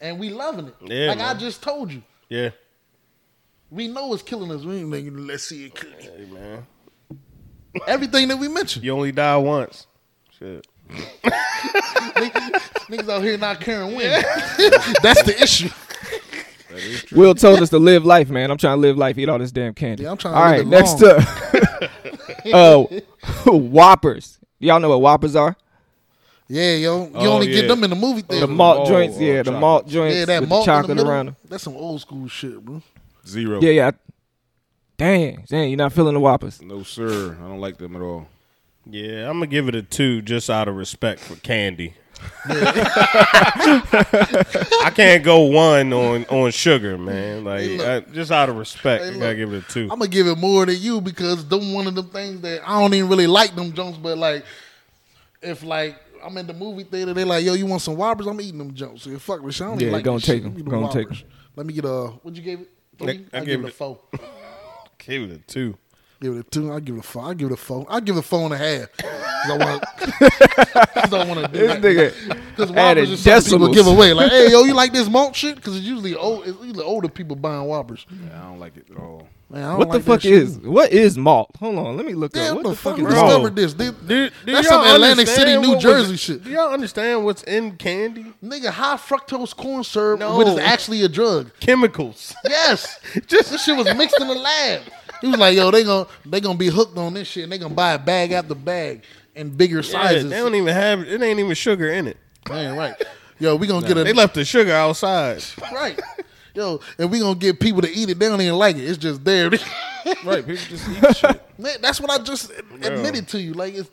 [SPEAKER 1] And we loving it.
[SPEAKER 6] Yeah,
[SPEAKER 1] like I
[SPEAKER 6] man.
[SPEAKER 1] just told you.
[SPEAKER 6] Yeah,
[SPEAKER 1] We know it's killing us. We ain't making let's see it cook.
[SPEAKER 6] hey, man.
[SPEAKER 1] Everything that we mentioned.
[SPEAKER 6] You only die once. Shit.
[SPEAKER 1] Niggas out here not caring when. That's the issue.
[SPEAKER 5] Will told us to live life, man. I'm trying to live life, eat all this damn candy.
[SPEAKER 1] Yeah, I'm trying to
[SPEAKER 5] All right,
[SPEAKER 1] live it
[SPEAKER 5] next up, uh, Whoppers. Y'all know what Whoppers are?
[SPEAKER 1] Yeah, yo. You
[SPEAKER 2] Oh,
[SPEAKER 1] only
[SPEAKER 2] yeah.
[SPEAKER 1] get them in the movie
[SPEAKER 5] The
[SPEAKER 1] theater.
[SPEAKER 5] malt
[SPEAKER 2] malt
[SPEAKER 5] joints,
[SPEAKER 2] or
[SPEAKER 5] yeah, the
[SPEAKER 2] chocolate.
[SPEAKER 5] malt joints
[SPEAKER 1] yeah, that
[SPEAKER 5] with
[SPEAKER 1] malt
[SPEAKER 5] the
[SPEAKER 1] in the
[SPEAKER 5] chocolate
[SPEAKER 1] middle.
[SPEAKER 5] around them.
[SPEAKER 1] That's some old school shit, bro.
[SPEAKER 2] Zero.
[SPEAKER 5] Yeah, yeah. I- Dang, dang, you're not feeling the Whoppers.
[SPEAKER 2] No sir, I don't like them at all.
[SPEAKER 6] Yeah, I'm gonna give it a two just out of respect for candy. I can't go one on on sugar, man. Like I, just out of respect, I gotta give it a 2
[SPEAKER 1] I'm gonna give it more to you because them one of them things that I don't even really like them jumps, but like if like I'm in the movie theater, they like, yo, you want some whoppers? I'm eating them jumps. Yeah, fuck with shit. I don't even
[SPEAKER 5] Yeah,
[SPEAKER 1] like
[SPEAKER 5] gonna
[SPEAKER 1] this
[SPEAKER 5] take
[SPEAKER 1] shit.
[SPEAKER 5] 'em.
[SPEAKER 1] Give me the
[SPEAKER 5] Gonna take
[SPEAKER 1] Whoppers. Let me get a what you gave it? Three?
[SPEAKER 6] I
[SPEAKER 1] I,
[SPEAKER 6] gave
[SPEAKER 1] give it
[SPEAKER 6] it
[SPEAKER 1] a
[SPEAKER 6] a-
[SPEAKER 1] four.
[SPEAKER 6] give it a two.
[SPEAKER 1] give it a two. I give it a four. I give it a four. I give it a four and a half. 'Cause I want. Cause I want to do
[SPEAKER 5] This
[SPEAKER 1] that.
[SPEAKER 5] nigga
[SPEAKER 1] Because
[SPEAKER 5] added
[SPEAKER 1] whoppers is something people
[SPEAKER 5] decimals.
[SPEAKER 1] give away. Like, hey, yo, you like this malt shit? Because it's usually old. It's usually older people buying whoppers.
[SPEAKER 2] Yeah, I don't like it at all.
[SPEAKER 1] Man, I don't
[SPEAKER 5] What the
[SPEAKER 1] like that
[SPEAKER 5] fuck
[SPEAKER 1] shit.
[SPEAKER 5] is what is malt? Hold on, let me look
[SPEAKER 1] Damn,
[SPEAKER 5] up.
[SPEAKER 1] what the fuck
[SPEAKER 5] is
[SPEAKER 1] you
[SPEAKER 5] malt?
[SPEAKER 1] discovered this? They- that's some Atlantic City, New Jersey shit.
[SPEAKER 6] Do y'all understand what's in candy?
[SPEAKER 1] Nigga, high fructose corn syrup,
[SPEAKER 6] No.
[SPEAKER 1] which is actually a drug.
[SPEAKER 6] Chemicals.
[SPEAKER 1] Yes, just this shit was mixed in the lab. He was like, "Yo, they gonna they gonna be hooked on this shit. and They gonna buy bag after bag in bigger
[SPEAKER 6] Yeah,
[SPEAKER 1] sizes."
[SPEAKER 6] they don't even have it ain't even sugar in it.
[SPEAKER 1] Man, right? Yo, we gonna get a
[SPEAKER 6] They left the sugar outside.
[SPEAKER 1] right. Yo, and we gonna get people to eat it. They don't even like it. It's just there.
[SPEAKER 2] Right, people just eat shit.
[SPEAKER 1] Man, that's what I just admitted to you. Like, it's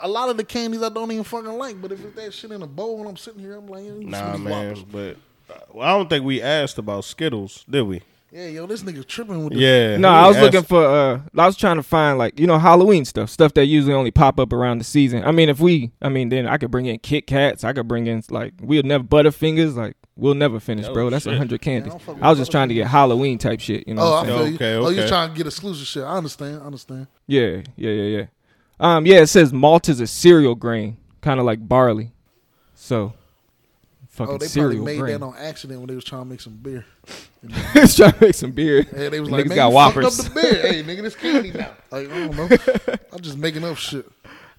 [SPEAKER 1] a lot of the candies I don't even fucking like. But if it's that shit in a bowl and I'm sitting here, I'm like, yo, some of
[SPEAKER 6] Nah,
[SPEAKER 1] these
[SPEAKER 6] man.
[SPEAKER 1] Whoppers.
[SPEAKER 6] But uh, well, I don't think we asked about Skittles, did we?
[SPEAKER 1] yeah, yo, this nigga tripping with this
[SPEAKER 6] Yeah.
[SPEAKER 5] No, I was looking for. uh I was trying to find like you know Halloween stuff, stuff that usually only pop up around the season. I mean, if we, I mean, then I could bring in Kit Kats. I could bring in like we'll never Butterfingers. Like we'll never finish, bro. That's a hundred candies.
[SPEAKER 1] don't fuck with
[SPEAKER 5] I was just trying to get Halloween type shit. You know.
[SPEAKER 1] Oh,
[SPEAKER 5] what
[SPEAKER 1] I
[SPEAKER 5] I'm saying?
[SPEAKER 1] feel you.
[SPEAKER 6] Okay,
[SPEAKER 1] Oh, you're
[SPEAKER 6] okay.
[SPEAKER 1] trying to get exclusive shit. I understand. I understand.
[SPEAKER 5] Yeah, yeah, yeah, yeah. Um, yeah, it says malt is a cereal grain, kind of like barley. So, fucking
[SPEAKER 1] Oh, they probably
[SPEAKER 5] cereal
[SPEAKER 1] made
[SPEAKER 5] grain.
[SPEAKER 1] that on accident when they was trying to make some beer.
[SPEAKER 5] Let's try to make some beer.
[SPEAKER 1] Hey, they was
[SPEAKER 5] Niggas
[SPEAKER 1] like, man,
[SPEAKER 5] got
[SPEAKER 1] you
[SPEAKER 5] whoppers.
[SPEAKER 1] fucked up the beer. hey, nigga, this candy now. Like, I don't know. I'm just making up shit.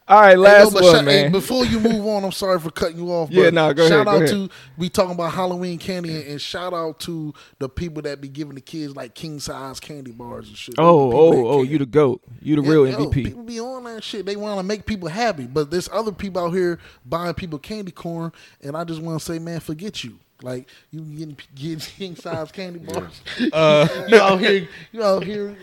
[SPEAKER 5] All right,
[SPEAKER 1] Hey, yo,
[SPEAKER 5] last
[SPEAKER 1] but
[SPEAKER 5] one,
[SPEAKER 1] shout- hey,
[SPEAKER 5] man.
[SPEAKER 1] before you move on, I'm sorry for cutting you off.
[SPEAKER 5] Yeah,
[SPEAKER 1] but
[SPEAKER 5] nah, go ahead,
[SPEAKER 1] Shout
[SPEAKER 5] go
[SPEAKER 1] out
[SPEAKER 5] ahead.
[SPEAKER 1] to we talking about Halloween candy, and, and shout out to the people that be giving the kids like king size candy bars and shit.
[SPEAKER 5] oh,
[SPEAKER 1] The people
[SPEAKER 5] oh,
[SPEAKER 1] that
[SPEAKER 5] oh,
[SPEAKER 1] can.
[SPEAKER 5] you the goat. You the
[SPEAKER 1] Yeah,
[SPEAKER 5] real
[SPEAKER 1] yo,
[SPEAKER 5] MVP.
[SPEAKER 1] people be on that shit. They want to make people happy, but there's other people out here buying people candy corn, and I just want to say, man, forget you. Like you getting getting king size candy bars.
[SPEAKER 5] Uh,
[SPEAKER 1] you out here, you out here,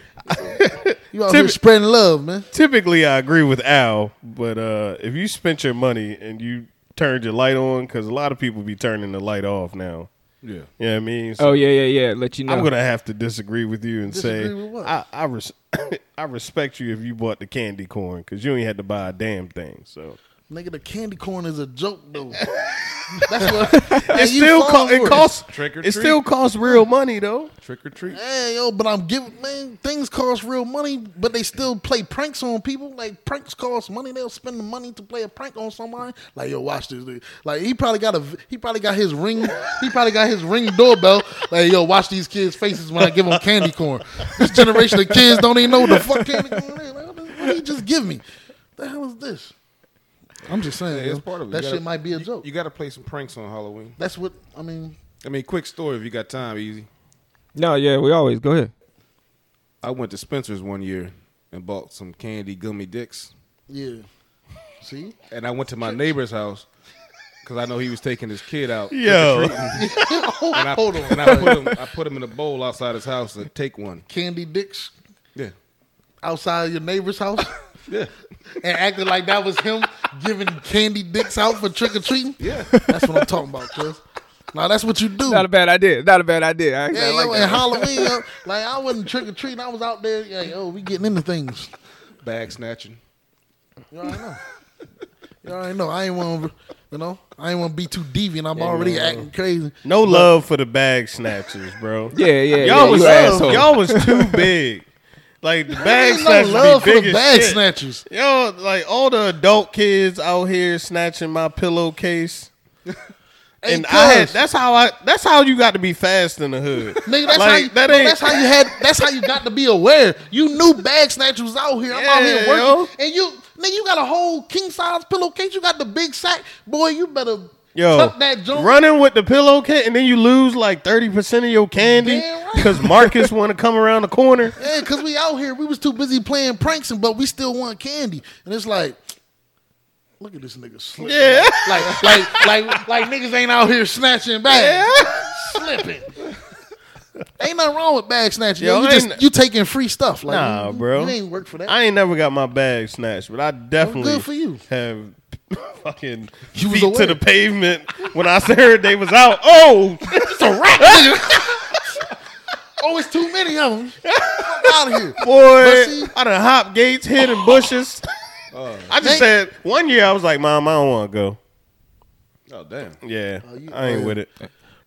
[SPEAKER 1] you out here
[SPEAKER 6] Typ-
[SPEAKER 1] spreading love, man.
[SPEAKER 6] Typically, I agree with Al, but uh, if you spent your money and you turned your light on, because a lot of people be turning the light off now.
[SPEAKER 2] Yeah.
[SPEAKER 6] You know what I mean? So
[SPEAKER 5] oh yeah, yeah, yeah. Let you know.
[SPEAKER 6] I'm gonna have to disagree with you and say
[SPEAKER 1] Disagree with what?
[SPEAKER 6] I I, res- I respect you if you bought the candy corn because you ain't had to buy a damn thing. So
[SPEAKER 1] Nigga, the candy corn is a joke though. That's what
[SPEAKER 6] it still co- it costs
[SPEAKER 2] Trick or
[SPEAKER 6] it
[SPEAKER 2] treat.
[SPEAKER 6] still costs real money though.
[SPEAKER 2] Trick or treat.
[SPEAKER 1] Hey, yo, but I'm giving man things cost real money, but they still play pranks on people. Like pranks cost money. They'll spend the money to play a prank on somebody. Like yo, watch this. Dude. Like he probably got a he probably got his ring he probably got his ring doorbell. Like yo, watch these kids' faces when I give them candy corn. This generation of kids don't even know what the fuck candy corn is. Like, what the- what did you just give me? The hell is this? I'm just saying.
[SPEAKER 2] Hey,
[SPEAKER 1] yo,
[SPEAKER 2] it's part of it. You
[SPEAKER 1] That
[SPEAKER 2] gotta-
[SPEAKER 1] shit might be a
[SPEAKER 2] you-
[SPEAKER 1] joke.
[SPEAKER 2] You got to play some pranks on Halloween.
[SPEAKER 1] That's what I mean.
[SPEAKER 2] I mean, quick story if you got time, easy.
[SPEAKER 5] no, yeah, we always go ahead.
[SPEAKER 2] I went to Spencer's one year and bought some candy gummy dicks,
[SPEAKER 1] Yeah. See?
[SPEAKER 2] and I went to my neighbor's house because I know he was taking his kid out.
[SPEAKER 6] Yo,
[SPEAKER 2] and I,
[SPEAKER 1] Hold on.
[SPEAKER 2] And I put him, I put him in a bowl outside his house to take one.
[SPEAKER 1] Candy dicks
[SPEAKER 2] Yeah.
[SPEAKER 1] outside your neighbor's house.
[SPEAKER 2] Yeah.
[SPEAKER 1] and acted like that was him giving candy dicks out for trick or treating.
[SPEAKER 2] Yeah.
[SPEAKER 1] That's what I'm talking about, cuz. Now that's what you do.
[SPEAKER 5] Not a bad idea. Not a bad idea. I actually
[SPEAKER 1] yeah,
[SPEAKER 5] like
[SPEAKER 1] yo,
[SPEAKER 5] that.
[SPEAKER 1] and Halloween, yo, like I wasn't trick or treating. I was out there, like, oh, we getting into things.
[SPEAKER 2] Bag snatching.
[SPEAKER 1] You already know. You already know. I ain't want, you know, I ain't want to be too deviant. I'm already acting crazy.
[SPEAKER 6] no love for the bag snatchers, bro.
[SPEAKER 5] Yeah, yeah, yeah.
[SPEAKER 6] y'all
[SPEAKER 5] you
[SPEAKER 6] was
[SPEAKER 5] asshole.
[SPEAKER 6] y'all was too big. Like the bag
[SPEAKER 1] Ain't no
[SPEAKER 6] snatchers
[SPEAKER 1] love
[SPEAKER 6] be
[SPEAKER 1] for
[SPEAKER 6] big
[SPEAKER 1] the
[SPEAKER 6] as
[SPEAKER 1] bag
[SPEAKER 6] shit.
[SPEAKER 1] snatchers.
[SPEAKER 6] Yo, like all the adult kids out here snatching my pillowcase.
[SPEAKER 1] Hey,
[SPEAKER 6] and I had
[SPEAKER 1] cuz.
[SPEAKER 6] that's how I that's how you got to be fast in the hood.
[SPEAKER 1] Nigga, that's
[SPEAKER 6] Like,
[SPEAKER 1] how you,
[SPEAKER 6] that
[SPEAKER 1] no,
[SPEAKER 6] ain't
[SPEAKER 1] that's how you had that's how you got to be aware. You knew bag snatchers out here. I'm out here
[SPEAKER 6] Yeah,
[SPEAKER 1] working,
[SPEAKER 6] yo.
[SPEAKER 1] and you nigga, nigga, you got a whole king size pillowcase. You got the big sack, boy. You better
[SPEAKER 6] Yo,
[SPEAKER 1] tuck that joint.
[SPEAKER 6] running with the pillowcase and then you lose like thirty percent of your candy
[SPEAKER 1] Damn right.
[SPEAKER 6] because Marcus want to come around the corner.
[SPEAKER 1] Yeah, cause we out here, we was too busy playing pranks, and but we still want candy. And it's like, look at this nigga slipping.
[SPEAKER 6] Yeah.
[SPEAKER 1] Like, like, like, like niggas ain't out here snatching bags, slipping. Ain't nothing wrong with bag snatching.
[SPEAKER 6] Yo,
[SPEAKER 1] yo. you just
[SPEAKER 6] ain't-
[SPEAKER 1] you taking free stuff. Like,
[SPEAKER 6] Nah,
[SPEAKER 1] you-
[SPEAKER 6] bro.
[SPEAKER 1] you ain't work for that.
[SPEAKER 6] I ain't never got my bag snatched, but I definitely
[SPEAKER 1] good for you.
[SPEAKER 6] have fucking
[SPEAKER 1] You was
[SPEAKER 6] feet to
[SPEAKER 1] aware.
[SPEAKER 6] the pavement when I heard they was out. Oh, it's a wrap,
[SPEAKER 1] oh, it's too many of them. out of here.
[SPEAKER 6] boy.
[SPEAKER 1] But see- uh,
[SPEAKER 6] I done hop gates, hidden bushes. I just
[SPEAKER 1] They-
[SPEAKER 6] said one year I was like, Mom, I don't want to go.
[SPEAKER 2] Oh damn.
[SPEAKER 6] Yeah,
[SPEAKER 1] you-
[SPEAKER 6] I ain't
[SPEAKER 1] oh,
[SPEAKER 6] with it.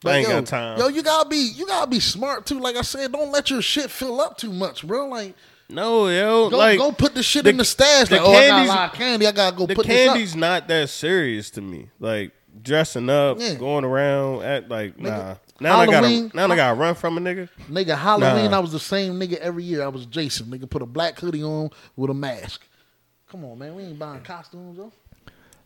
[SPEAKER 1] But
[SPEAKER 6] I ain't
[SPEAKER 1] yo,
[SPEAKER 6] got time.
[SPEAKER 1] Yo, you gotta be you gotta be smart too. Like I said, don't let your shit fill up too much, bro. Like
[SPEAKER 6] no, yo,
[SPEAKER 1] go
[SPEAKER 6] like
[SPEAKER 1] go put the shit
[SPEAKER 6] the-
[SPEAKER 1] in the stash.
[SPEAKER 6] the
[SPEAKER 1] like, oh, I got a
[SPEAKER 6] candies-
[SPEAKER 1] lot of candy. I gotta go
[SPEAKER 6] the
[SPEAKER 1] put
[SPEAKER 6] candy's
[SPEAKER 1] this
[SPEAKER 6] not that serious to me. Like dressing up,
[SPEAKER 1] Yeah.
[SPEAKER 6] going around, act like nah. Now
[SPEAKER 1] Halloween-
[SPEAKER 6] I gotta now I gotta run from a nigga.
[SPEAKER 1] up. Nigga, Halloween,
[SPEAKER 6] Nah.
[SPEAKER 1] I was the same nigga every year. I was Jason. Nigga put a black hoodie on with a mask. Come on, man. We ain't buying costumes, yo.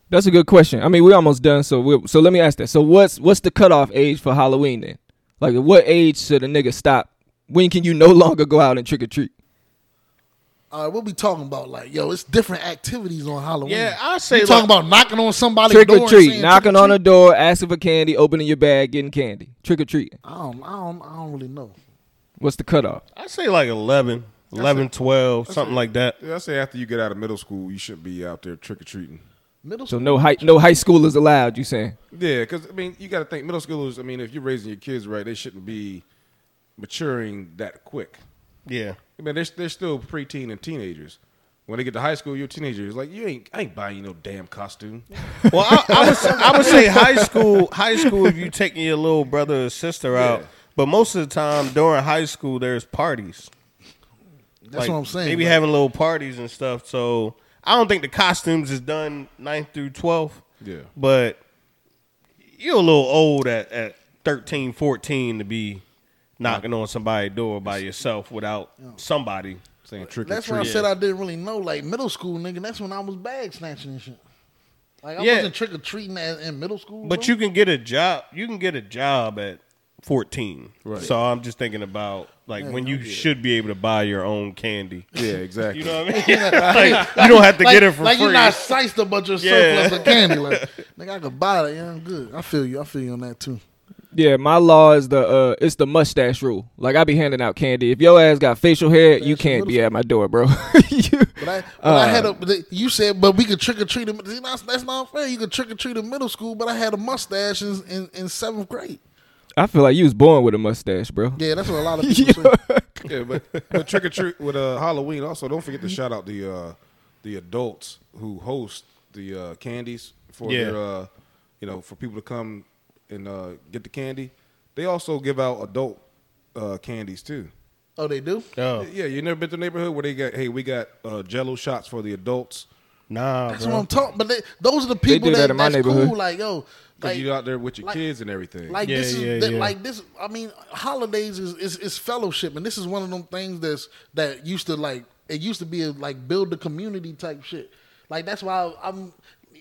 [SPEAKER 5] That's a good question. I mean, we almost done, so we so let me ask that. So what's what's the cutoff age for Halloween then? Like, at what age should a nigga stop? When can you no longer go out and trick or treat?
[SPEAKER 1] All right, what we talking about? Like, yo, it's different activities on Halloween.
[SPEAKER 6] Yeah, I say
[SPEAKER 1] you
[SPEAKER 6] like,
[SPEAKER 1] talking about knocking on somebody's
[SPEAKER 5] Trick
[SPEAKER 1] door
[SPEAKER 5] or
[SPEAKER 1] and
[SPEAKER 5] treat,
[SPEAKER 1] saying
[SPEAKER 5] knocking
[SPEAKER 1] trick or
[SPEAKER 5] on a
[SPEAKER 1] treat?
[SPEAKER 5] door, asking for candy, opening your bag, getting candy, trick or treating.
[SPEAKER 1] I don't, I don't, I don't really know.
[SPEAKER 5] What's the cutoff?
[SPEAKER 6] I say like 11, 11, 12, something like that.
[SPEAKER 2] Yeah, I say after you get out of middle school, you shouldn't be out there trick or treating.
[SPEAKER 1] Middle
[SPEAKER 5] So
[SPEAKER 1] school.
[SPEAKER 5] no high no high school is allowed. You saying?
[SPEAKER 2] Yeah, because I mean, you got to think middle schoolers. I mean, if you're raising your kids right, they shouldn't be maturing that quick.
[SPEAKER 6] Yeah.
[SPEAKER 2] I mean, they're they're still preteen and teenagers. When they get to high school, you're teenagers. Like you ain't, I ain't buying you no damn costume.
[SPEAKER 6] Well, I, I would say, I would say high school. High school, if you taking your little brother or sister out,
[SPEAKER 2] Yeah.
[SPEAKER 6] but most of the time during high school, there's parties.
[SPEAKER 1] That's what I'm saying.
[SPEAKER 6] Maybe
[SPEAKER 1] like-
[SPEAKER 6] having little parties and stuff. So I don't think the costumes is done 9th through 12th.
[SPEAKER 2] Yeah.
[SPEAKER 6] But you're a little old at, at 13, 14 to be knocking on somebody's door by yourself without somebody.
[SPEAKER 2] Saying trick
[SPEAKER 1] That's
[SPEAKER 2] or
[SPEAKER 1] why I
[SPEAKER 2] treat.
[SPEAKER 1] said I didn't really know. Like middle school, nigga, that's when I was bag snatching and shit. Like I
[SPEAKER 6] Yeah.
[SPEAKER 1] wasn't trick or treating as in middle school.
[SPEAKER 6] But
[SPEAKER 1] bro.
[SPEAKER 6] you can get a job. You can get a job at 14. Right. So I'm just thinking about like when you should be able to buy your own candy.
[SPEAKER 2] Yeah, exactly.
[SPEAKER 6] You know what I mean? like, you don't have to
[SPEAKER 1] like,
[SPEAKER 6] get it for
[SPEAKER 1] like
[SPEAKER 6] free.
[SPEAKER 1] you're not siced a bunch of
[SPEAKER 6] Yeah.
[SPEAKER 1] surplus of candy. Like, nigga, I could buy it. Yeah, I'm good. I feel you. I feel you on that too.
[SPEAKER 5] Yeah, my law is the uh it's the mustache rule. Like I be handing out candy. If your ass got facial hair, you can't be at my door, bro. You-
[SPEAKER 1] But I, but
[SPEAKER 6] Uh.
[SPEAKER 1] I had a. but You said, but we could trick or treat. in- That's that's not fair. You could trick or treat in middle school, but I had a mustache in, in, in seventh grade.
[SPEAKER 5] I feel like you was born with a mustache, bro.
[SPEAKER 1] Yeah, that's what a lot of people say.
[SPEAKER 2] yeah, but, but trick or treat with uh, Halloween. Also, don't forget to shout out the uh, the adults who host the uh, candies for
[SPEAKER 6] Yeah.
[SPEAKER 2] their uh, you know for people to come and uh, get the candy. They also give out adult uh, candies too.
[SPEAKER 1] Oh, they do.
[SPEAKER 6] Oh,
[SPEAKER 2] Yeah, you never been to a neighborhood where they got hey we got uh, Jello shots for the adults.
[SPEAKER 6] nah,
[SPEAKER 1] That's
[SPEAKER 6] bro.
[SPEAKER 1] what I'm talking. But they, those are the people
[SPEAKER 5] do
[SPEAKER 1] that,
[SPEAKER 5] that in my
[SPEAKER 1] that's cool.
[SPEAKER 5] neighborhood.
[SPEAKER 1] Like yo,
[SPEAKER 2] Cause
[SPEAKER 1] like,
[SPEAKER 2] you out there with your
[SPEAKER 1] like-
[SPEAKER 2] kids and everything.
[SPEAKER 1] Like
[SPEAKER 6] Yeah,
[SPEAKER 1] this is
[SPEAKER 6] yeah,
[SPEAKER 1] that-
[SPEAKER 6] yeah.
[SPEAKER 1] like this. I mean, holidays is, is is fellowship, and this is one of them things that's that used to like it used to be a, like build the community type shit. Like that's why I, am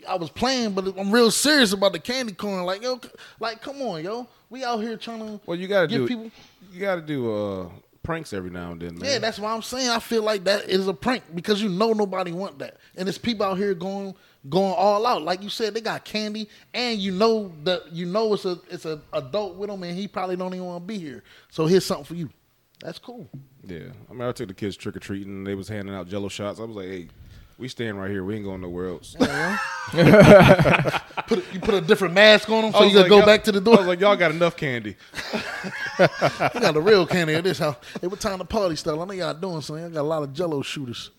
[SPEAKER 1] I was playing, but I'm real serious about the candy corn. Like yo, c- like come on, yo, we out here trying to.
[SPEAKER 2] well, you gotta
[SPEAKER 1] give
[SPEAKER 2] do
[SPEAKER 1] people.
[SPEAKER 2] you gotta do uh, pranks every now and then. Man.
[SPEAKER 1] Yeah, that's why I'm saying I feel like that is a prank because you know nobody want that, and it's people out here going going all out. Like you said, they got candy, and you know that you know it's a it's an adult with him, and he probably don't even want to be here. So here's something for you. That's cool.
[SPEAKER 2] Yeah, I mean, I took the kids trick or treating. and They was handing out Jello shots. I was like, "Hey, we staying right here. We ain't going nowhere else."
[SPEAKER 1] You, know? put a, you put a different mask on him, so
[SPEAKER 2] I
[SPEAKER 1] you
[SPEAKER 2] was
[SPEAKER 1] gotta
[SPEAKER 2] like,
[SPEAKER 1] go
[SPEAKER 2] "Y'all-"
[SPEAKER 1] back to the
[SPEAKER 2] I
[SPEAKER 1] door.
[SPEAKER 2] was like, "Y'all got enough candy."
[SPEAKER 1] you got a real candy at this house. It was time to party stuff. I know y'all doing something. I got a lot of Jello shooters.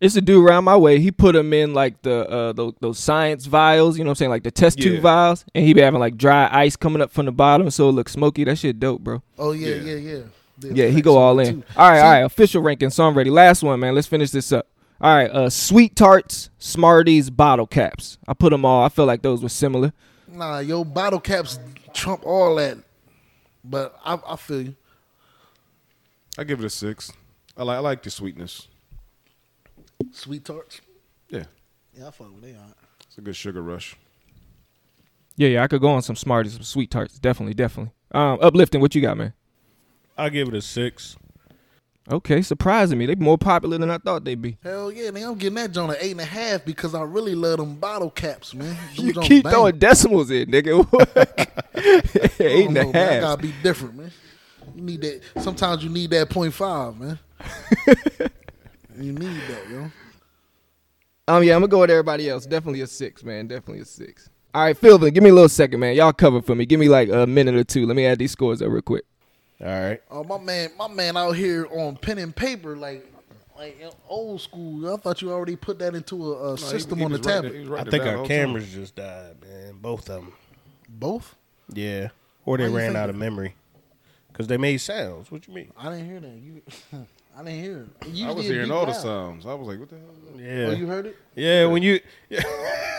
[SPEAKER 5] It's a dude around my way. He put them in like the uh those, those science vials, you know what I'm saying, like the test
[SPEAKER 2] Yeah.
[SPEAKER 5] tube vials, and he be having like dry ice coming up from the bottom, so it looks smoky. That shit dope, bro.
[SPEAKER 1] Oh yeah, yeah,
[SPEAKER 2] Yeah.
[SPEAKER 1] yeah.
[SPEAKER 5] Yeah, he
[SPEAKER 1] thanks,
[SPEAKER 5] go all
[SPEAKER 1] man,
[SPEAKER 5] in.
[SPEAKER 1] too.
[SPEAKER 5] All right,
[SPEAKER 1] See,
[SPEAKER 5] all right. Official ranking, so I'm ready. Last one, man. Let's finish this up. All right, uh, sweet tarts, Smarties, bottle caps. I put them all. I feel like those were similar.
[SPEAKER 1] Nah, yo, bottle caps trump all that. But I, I feel you.
[SPEAKER 2] I give it a six. I like I like the sweetness.
[SPEAKER 1] Sweet tarts.
[SPEAKER 2] Yeah,
[SPEAKER 1] Yeah, I fuck with they all
[SPEAKER 2] it's a good sugar rush.
[SPEAKER 5] Yeah, yeah, I could go on some Smarties, some sweet tarts. Definitely, definitely. Um, uplifting, what you got, man?
[SPEAKER 6] I'll give it a six.
[SPEAKER 5] Okay, surprising me. They more popular than I thought they'd be.
[SPEAKER 1] Hell yeah, nigga, I'm getting that joint at eight and a half because I really love them bottle caps, man. Them
[SPEAKER 5] You
[SPEAKER 1] joints
[SPEAKER 5] keep
[SPEAKER 1] bang.
[SPEAKER 5] throwing decimals in, nigga.
[SPEAKER 1] I
[SPEAKER 5] Eight
[SPEAKER 1] don't
[SPEAKER 5] and a
[SPEAKER 1] know, man. I
[SPEAKER 5] half.
[SPEAKER 1] gotta be different, man. You need that. Sometimes you need that point five, man. you need that, yo.
[SPEAKER 5] Um, yeah, I'm gonna go with everybody else. Definitely a six, man. Definitely a six. All right, Philvin, give me a little second, man. Y'all cover for me. Give me like a minute or two. Let me add these scores up real quick.
[SPEAKER 6] All right.
[SPEAKER 1] Oh, my man, my man out here on pen and paper, like, like yo, old school. I thought you already put that into a, a
[SPEAKER 2] No, he-
[SPEAKER 1] system
[SPEAKER 2] he
[SPEAKER 1] on the
[SPEAKER 2] was right
[SPEAKER 1] tablet.
[SPEAKER 2] there- he was right
[SPEAKER 6] I
[SPEAKER 2] there
[SPEAKER 6] think
[SPEAKER 2] down the
[SPEAKER 6] our
[SPEAKER 2] whole
[SPEAKER 6] cameras just died, man. Both of them.
[SPEAKER 1] Both?
[SPEAKER 6] Yeah. Or
[SPEAKER 1] Why
[SPEAKER 6] they
[SPEAKER 1] you
[SPEAKER 6] ran
[SPEAKER 1] think
[SPEAKER 6] out
[SPEAKER 1] that?
[SPEAKER 6] of memory. Because they made sounds. What you mean?
[SPEAKER 1] I didn't hear that. You, I didn't hear it.
[SPEAKER 2] time.
[SPEAKER 1] Usually
[SPEAKER 2] I was
[SPEAKER 1] it
[SPEAKER 2] hearing
[SPEAKER 1] beep
[SPEAKER 2] all the
[SPEAKER 1] loud.
[SPEAKER 2] sounds. I was like, what the hell?
[SPEAKER 6] Yeah.
[SPEAKER 1] Oh, you heard it?
[SPEAKER 6] yeah, when you.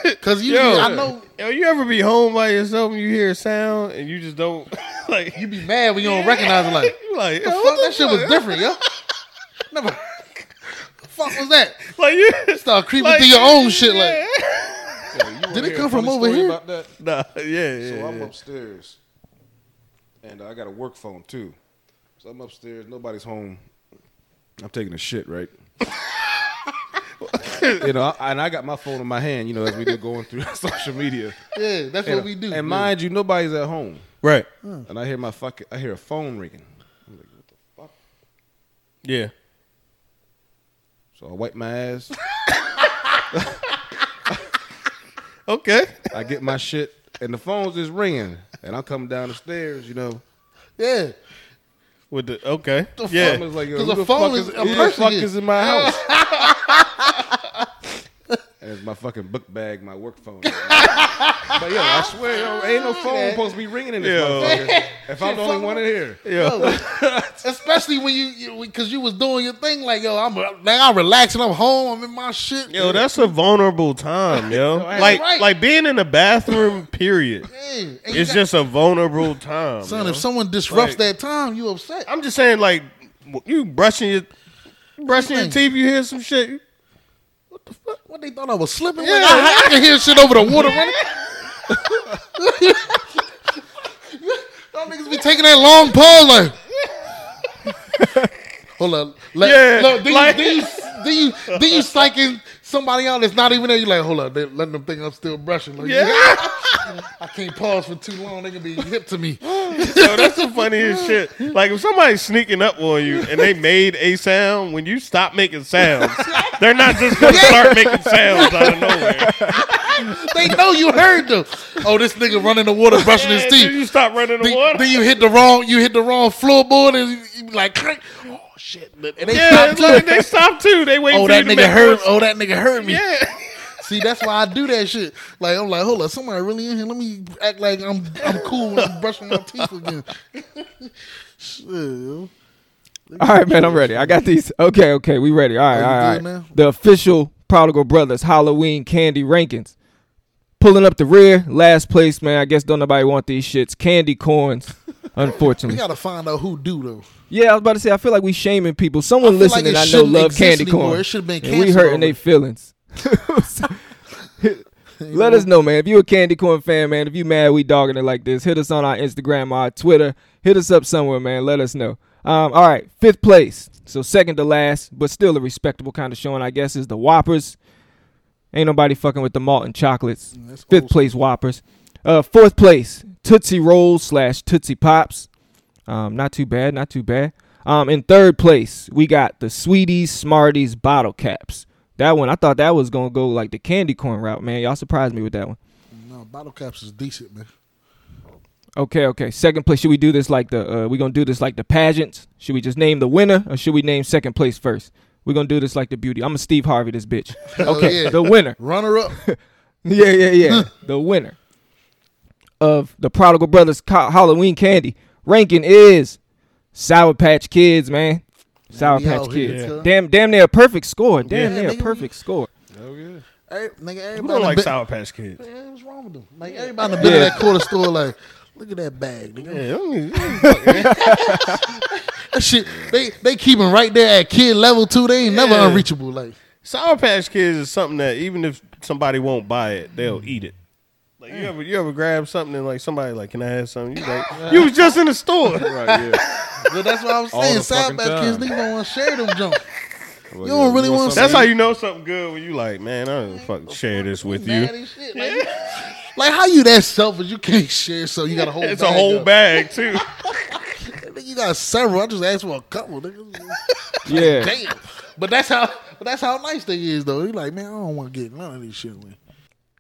[SPEAKER 1] Because usually
[SPEAKER 6] Yo,
[SPEAKER 1] I know
[SPEAKER 6] yo, you ever be home by yourself and you hear a sound and you just don't. like,
[SPEAKER 1] you be mad when you don't recognize it. Like,
[SPEAKER 6] you like,
[SPEAKER 1] the
[SPEAKER 6] yo,
[SPEAKER 1] fuck?
[SPEAKER 6] what the
[SPEAKER 1] that shit was different, yo. Never. fuck was that?
[SPEAKER 6] Like, you.
[SPEAKER 1] Start creeping
[SPEAKER 6] Like-
[SPEAKER 1] through your own shit. Like,
[SPEAKER 2] You
[SPEAKER 1] Did
[SPEAKER 2] wanna
[SPEAKER 1] it
[SPEAKER 2] hear
[SPEAKER 1] come
[SPEAKER 2] a funny
[SPEAKER 1] from over
[SPEAKER 2] story
[SPEAKER 1] here?
[SPEAKER 2] about that?
[SPEAKER 6] Nah, yeah, yeah.
[SPEAKER 2] So I'm
[SPEAKER 6] yeah.
[SPEAKER 2] upstairs, and I got a work phone too. So I'm upstairs. Nobody's home. I'm taking a shit, right? you know, I- and I got my phone in my hand. You know, as we do going through social media.
[SPEAKER 1] yeah, that's
[SPEAKER 2] and,
[SPEAKER 1] what we do.
[SPEAKER 2] And
[SPEAKER 1] yeah.
[SPEAKER 2] mind you, nobody's at home.
[SPEAKER 6] Right.
[SPEAKER 2] And I hear my fucking, I hear a phone ringing.
[SPEAKER 6] Yeah.
[SPEAKER 2] So I wipe my ass.
[SPEAKER 6] Okay.
[SPEAKER 2] I get my shit, and the phone's just ringing. And I'm coming down the stairs. You know,
[SPEAKER 1] Yeah.
[SPEAKER 6] With the okay.
[SPEAKER 1] The fuck
[SPEAKER 6] yeah.
[SPEAKER 2] I was like, yo,
[SPEAKER 1] 'Cause
[SPEAKER 2] who
[SPEAKER 1] a
[SPEAKER 2] the
[SPEAKER 1] phone
[SPEAKER 2] fuck
[SPEAKER 1] is
[SPEAKER 2] is,
[SPEAKER 1] a
[SPEAKER 2] who the
[SPEAKER 1] person
[SPEAKER 2] fuck
[SPEAKER 1] is.
[SPEAKER 2] is in my house? and it's my fucking book bag, my work phone. but yo, I swear, yo, ain't no phone supposed to be ringing in this
[SPEAKER 6] Yo.
[SPEAKER 2] motherfucker. If I'm the only one in here,
[SPEAKER 1] Yo, especially when you, because you, was doing your thing, like yo, I'm like I'm relaxing, I'm home, I'm in my shit.
[SPEAKER 6] Yo, that's a vulnerable time, yo. like,
[SPEAKER 1] right.
[SPEAKER 6] like being in the bathroom. Period.
[SPEAKER 1] Yeah. And you
[SPEAKER 6] It's
[SPEAKER 1] got-
[SPEAKER 6] just a vulnerable time.
[SPEAKER 1] son.
[SPEAKER 6] yo.
[SPEAKER 1] If someone disrupts
[SPEAKER 6] Like-
[SPEAKER 1] that time, you upset.
[SPEAKER 6] I'm just saying, like, you brushing your you brushing your
[SPEAKER 1] Think.
[SPEAKER 6] teeth, you hear some shit. you-
[SPEAKER 1] What they thought I was slipping? Yeah. I, I can hear shit over the water running. Y'all niggas be taking that long pause like. Hold up. Let,
[SPEAKER 6] Yeah,
[SPEAKER 1] look, then,
[SPEAKER 6] like-
[SPEAKER 1] you, then, you, then you then you psyching somebody out that's not even there. You like, hold up, they letting them think I'm still brushing. Like, I can't pause for too long. They can be hip to me.
[SPEAKER 6] Yo, that's the funniest shit. Like if somebody's sneaking up on you and they made a sound, when you stop making sounds, they're not just gonna start making sounds out of nowhere.
[SPEAKER 1] They know you heard them. Oh, this nigga running the water, brushing his
[SPEAKER 6] Yeah,
[SPEAKER 1] teeth.
[SPEAKER 6] then you stop running the
[SPEAKER 1] then,
[SPEAKER 6] water.
[SPEAKER 1] then you hit the wrong you hit the wrong floorboard and you- you be like "Crank." oh shit and they
[SPEAKER 6] yeah,
[SPEAKER 1] stop
[SPEAKER 6] look,
[SPEAKER 1] too.
[SPEAKER 6] they stop too. They wait
[SPEAKER 1] oh
[SPEAKER 6] for
[SPEAKER 1] that
[SPEAKER 6] you to
[SPEAKER 1] nigga
[SPEAKER 6] make
[SPEAKER 1] hurt
[SPEAKER 6] noise.
[SPEAKER 1] oh that nigga hurt me
[SPEAKER 6] Yeah.
[SPEAKER 1] see that's why I do that shit like I'm like hold up somebody really in here let me act like I'm I'm cool when I'm brushing my teeth again shit.
[SPEAKER 5] All right, man, I'm ready. I got these. Okay, okay, we ready. All right,
[SPEAKER 1] Oh, you
[SPEAKER 5] all right.
[SPEAKER 1] good now?
[SPEAKER 5] The official Prodigal Brothers Halloween candy rankings. Pulling up the rear, last place, man. I guess don't nobody want these shits. Candy corns,
[SPEAKER 1] we
[SPEAKER 5] unfortunately.
[SPEAKER 1] gotta find out who do though
[SPEAKER 5] Yeah, I was about to say. I feel like we shaming people. Someone
[SPEAKER 1] feel like
[SPEAKER 5] listening,
[SPEAKER 1] it
[SPEAKER 5] I know,
[SPEAKER 1] shouldn't
[SPEAKER 5] love
[SPEAKER 1] exist
[SPEAKER 5] candy
[SPEAKER 1] anymore.
[SPEAKER 5] corn.
[SPEAKER 1] It should've been
[SPEAKER 5] and we
[SPEAKER 1] canceled
[SPEAKER 5] hurting
[SPEAKER 1] already.
[SPEAKER 5] their feelings. Let us know, man. If you a candy corn fan, man, if you mad we dogging it like this, hit us on our Instagram, our Twitter, hit us up somewhere, man. Let us know. Um, all right, fifth place, so second to last, but still a respectable kind of showing, I guess, is the Whoppers. Ain't nobody fucking with the malt and chocolates.
[SPEAKER 1] Mm, that's
[SPEAKER 5] Fifth
[SPEAKER 1] old
[SPEAKER 5] place Whoppers. Uh, fourth place Tootsie Rolls slash Tootsie Pops. Um, not too bad, not too bad. Um, in third place we got the Sweeties Smarties bottle caps. That one I thought that was gonna go like the candy corn route, man. Y'all surprised me with that one.
[SPEAKER 1] no bottle caps is decent man
[SPEAKER 5] Okay, okay. Second place. Should we do this like the? Uh, we gonna do this like the pageants? Should we just name the winner, or should we name second place first? We're gonna do this like the beauty. I'm a Steve Harvey, this bitch. Okay,
[SPEAKER 1] yeah.
[SPEAKER 5] the winner.
[SPEAKER 1] runner up
[SPEAKER 5] Yeah, yeah, yeah. the winner of the Prodigal Brothers co- Halloween candy ranking is Sour Patch Kids, man. Sour
[SPEAKER 1] we
[SPEAKER 5] Patch
[SPEAKER 1] out here,
[SPEAKER 5] Kids.
[SPEAKER 1] cuz.
[SPEAKER 5] Damn, damn, near a perfect score. Damn,
[SPEAKER 1] Yeah,
[SPEAKER 5] near a
[SPEAKER 1] nigga, we-
[SPEAKER 5] perfect score.
[SPEAKER 2] oh yeah,
[SPEAKER 1] Every, nigga everybody
[SPEAKER 6] Who don't like
[SPEAKER 1] been-
[SPEAKER 6] Sour Patch Kids?
[SPEAKER 1] Yeah, what's wrong with them like everybody been in that corner store like look at that bag nigga
[SPEAKER 6] Yeah, I don't even-
[SPEAKER 1] That shit, they they keep 'em right there at kid level two. They ain't never
[SPEAKER 6] Yeah.
[SPEAKER 1] unreachable. Like
[SPEAKER 6] Sour Patch Kids is something that even if somebody won't buy it, they'll eat it. Like you ever you ever grab something and like somebody like, can I have something? You like, you was just in the store.
[SPEAKER 2] Right, yeah.
[SPEAKER 1] But that's what I was
[SPEAKER 2] All
[SPEAKER 1] saying.
[SPEAKER 2] the
[SPEAKER 1] Side
[SPEAKER 2] fucking
[SPEAKER 1] Patch Kids,
[SPEAKER 2] time.
[SPEAKER 1] niggas don't want to share them junk.
[SPEAKER 2] Well,
[SPEAKER 1] You don't really
[SPEAKER 2] you
[SPEAKER 1] want
[SPEAKER 6] That's
[SPEAKER 1] something?
[SPEAKER 6] how you know something good when you like, man, I don't fucking share this with you.
[SPEAKER 1] Mad as shit. Like, like, how you that selfish? You can't share, so you got a whole.
[SPEAKER 6] It's a
[SPEAKER 1] bag
[SPEAKER 6] whole
[SPEAKER 1] up.
[SPEAKER 6] bag too.
[SPEAKER 1] Nigga, You got several. I just asked for a couple. Nigga.
[SPEAKER 5] Yeah.
[SPEAKER 1] Damn. But that's how. But that's how nice they is though. He like, man, I don't want to get none of this shit. Man.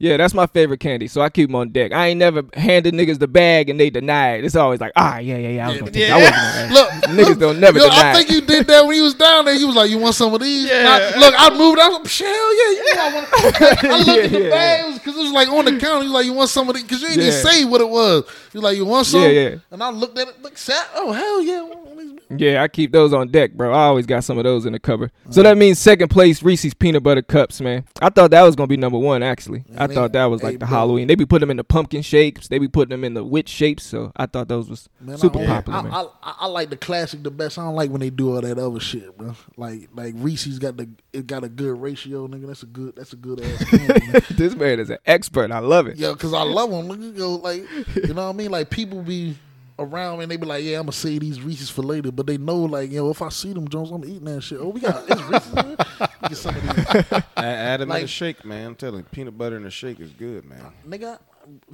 [SPEAKER 5] Yeah, that's my favorite candy. So I keep 'em on deck. I ain't never handed niggas the bag and they deny it. It's always like, ah, yeah, yeah, yeah. I was gonna take that. I wasn't gonna ask.
[SPEAKER 1] Look,
[SPEAKER 5] Niggas
[SPEAKER 1] look,
[SPEAKER 5] don't never
[SPEAKER 1] yo,
[SPEAKER 5] deny
[SPEAKER 1] I think
[SPEAKER 5] it.
[SPEAKER 1] you did that when he was down there. He was like, "You want some of these?" Yeah. look, I moved. I was like, "Shit, hell yeah, you know I want." I looked at the
[SPEAKER 5] Yeah, yeah.
[SPEAKER 1] bags because it was like on the counter. He's like, "You want some of these?" Because you didn't even
[SPEAKER 5] Yeah.
[SPEAKER 1] say what it was. You're like, "You want some?"
[SPEAKER 5] Yeah, yeah.
[SPEAKER 1] And I looked at it. Like, "Sa- oh hell yeah. I want these."
[SPEAKER 5] Yeah, I keep those on deck, bro. I always got some of those in the cupboard. So that means second place Reese's peanut butter cups, man. I thought that was gonna be number one, actually. I
[SPEAKER 1] they-
[SPEAKER 5] thought that was
[SPEAKER 1] hey,
[SPEAKER 5] like the
[SPEAKER 1] bro.
[SPEAKER 5] Halloween. They be putting them in the pumpkin shapes. They be putting them in the witch shapes. So I thought those was
[SPEAKER 1] Man,
[SPEAKER 5] super
[SPEAKER 1] I, don't-
[SPEAKER 5] popular,
[SPEAKER 1] I,
[SPEAKER 5] man.
[SPEAKER 1] I, I, I like the classic the best. I don't like when they do all that other shit, bro. Like like Reese's got the it got a good ratio, nigga. That's a good that's a good ass. candy, man.
[SPEAKER 5] this man is an expert. I love it.
[SPEAKER 1] Yeah, cause I love them. Look, you go, like you know what I mean. Like people be around and they be like, "Yeah, I'm gonna save these Reese's for later," but they know like, you know, if I see them Jones, I'm eating that shit. Oh, we got it's Reese's. in here? We Get some of these,
[SPEAKER 2] A- Add them in
[SPEAKER 1] Like-
[SPEAKER 2] a shake, man. I'm telling you, peanut butter in a shake is good, man.
[SPEAKER 1] nigga.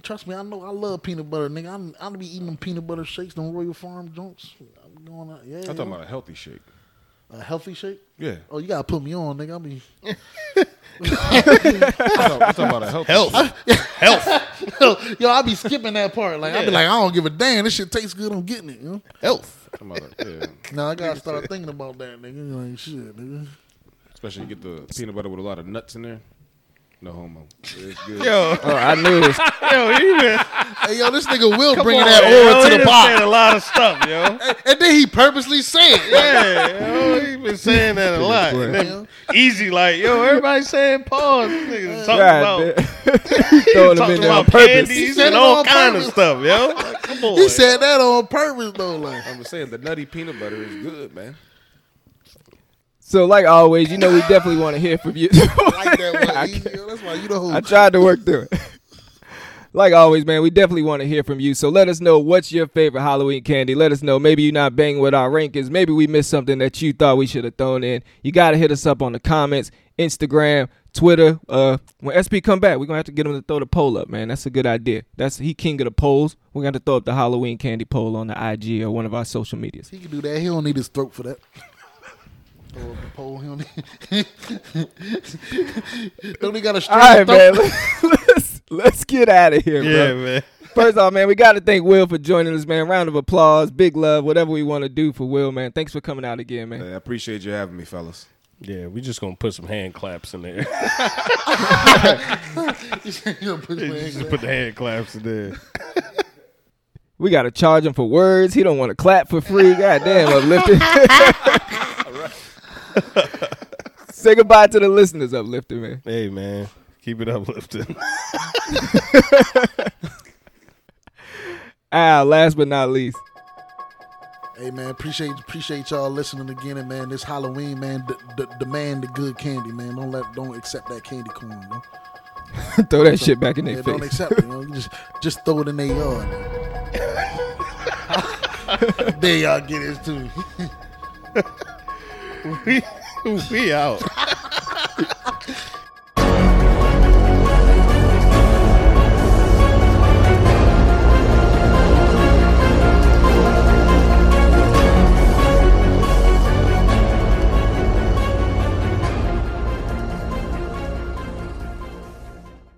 [SPEAKER 1] Trust me, I know I love peanut butter, nigga. I'm I'm be eating them peanut butter shakes, them Royal Farm Jones. I'm going out, yeah.
[SPEAKER 2] I'm talking about a healthy shake.
[SPEAKER 1] a healthy shake.
[SPEAKER 2] Yeah.
[SPEAKER 1] Oh, you gotta put me on, nigga. I mean,
[SPEAKER 2] I'm talking, I'm talking about a healthy Health. shake.
[SPEAKER 1] yo, I be skipping that part. Like I be like, I don't give a damn. This shit tastes good. I'm getting it. You know?
[SPEAKER 2] Health. I'm talking about a- yeah.
[SPEAKER 1] Now I gotta start thinking about that, nigga. Like shit, nigga.
[SPEAKER 2] Especially you get the peanut butter with a lot of nuts in there. No homo. It's good.
[SPEAKER 6] Yo,
[SPEAKER 5] Oh, I knew it was
[SPEAKER 6] yo, you been
[SPEAKER 1] Hey, yo, this nigga will bring
[SPEAKER 6] on,
[SPEAKER 1] that
[SPEAKER 6] yo,
[SPEAKER 1] aura
[SPEAKER 6] he
[SPEAKER 1] to the
[SPEAKER 6] done
[SPEAKER 1] pot.
[SPEAKER 6] said a lot of stuff, yo.
[SPEAKER 1] And then he purposely said, it.
[SPEAKER 6] Yeah, yo, he been saying that a lot. And then easy, like yo, everybody saying pause. These niggas talking
[SPEAKER 5] God,
[SPEAKER 6] about,
[SPEAKER 5] man. throwing them
[SPEAKER 6] talking
[SPEAKER 5] in there on
[SPEAKER 6] about
[SPEAKER 5] purpose.
[SPEAKER 1] He
[SPEAKER 6] candies
[SPEAKER 1] said
[SPEAKER 6] and
[SPEAKER 1] it
[SPEAKER 6] all
[SPEAKER 1] on
[SPEAKER 6] kind of
[SPEAKER 1] purpose.
[SPEAKER 6] stuff, yo. Like, come on,
[SPEAKER 1] he said that on purpose though. Like,
[SPEAKER 2] I'm saying the nutty peanut butter is good, man.
[SPEAKER 5] So like always, you know we definitely want to hear from you.
[SPEAKER 1] like that
[SPEAKER 5] I
[SPEAKER 1] was easy. yo. That's why you the whole.
[SPEAKER 5] I tried to work through it. Like always, man, we definitely want to hear from you. So let us know what's your favorite Halloween candy. Let us know. Maybe you're not banging with our rankings. Maybe we missed something that you thought we should have thrown in. You got to hit us up on the comments, Instagram, Twitter. Uh, when SP come back, we're gonna have to get him to throw the poll up, man. That's a good idea. That's he king of the polls. We're gonna have to throw up the Halloween candy poll on the IG or one of our social medias.
[SPEAKER 1] He can do that. He don't need his throat for that. Throw up the pole. He don't need. don't he got a
[SPEAKER 5] All
[SPEAKER 1] straight
[SPEAKER 5] right,
[SPEAKER 1] throat?
[SPEAKER 5] man. Let's let's get out of here, bro.
[SPEAKER 6] yeah, man.
[SPEAKER 5] First off, man, we got to thank Will for joining us, man. Round of applause, big love, whatever we want to do for Will, man. Thanks for coming out again,
[SPEAKER 2] Hey,
[SPEAKER 5] man.
[SPEAKER 2] I appreciate you having me, fellas.
[SPEAKER 6] Yeah, we just gonna put some hand claps in there.
[SPEAKER 1] He gonna put his legs
[SPEAKER 6] just
[SPEAKER 1] out.
[SPEAKER 6] put the hand claps in there.
[SPEAKER 5] We got to charge him for words. He don't want to clap for free. Goddamn, uplifted. Say goodbye to the listeners, uplifted, man.
[SPEAKER 6] Hey, man, keep it uplifting.
[SPEAKER 5] Ah, last but not least,
[SPEAKER 1] Hey man, appreciate appreciate y'all listening again, and man, this Halloween, man, d- d- demand the good candy, man. Don't let don't accept that candy corn, man.
[SPEAKER 5] throw that shit back in their
[SPEAKER 1] Yeah, don't
[SPEAKER 5] face.
[SPEAKER 1] accept it. You know? You just just throw it in their yard. there y'all get it too.
[SPEAKER 6] we, we out.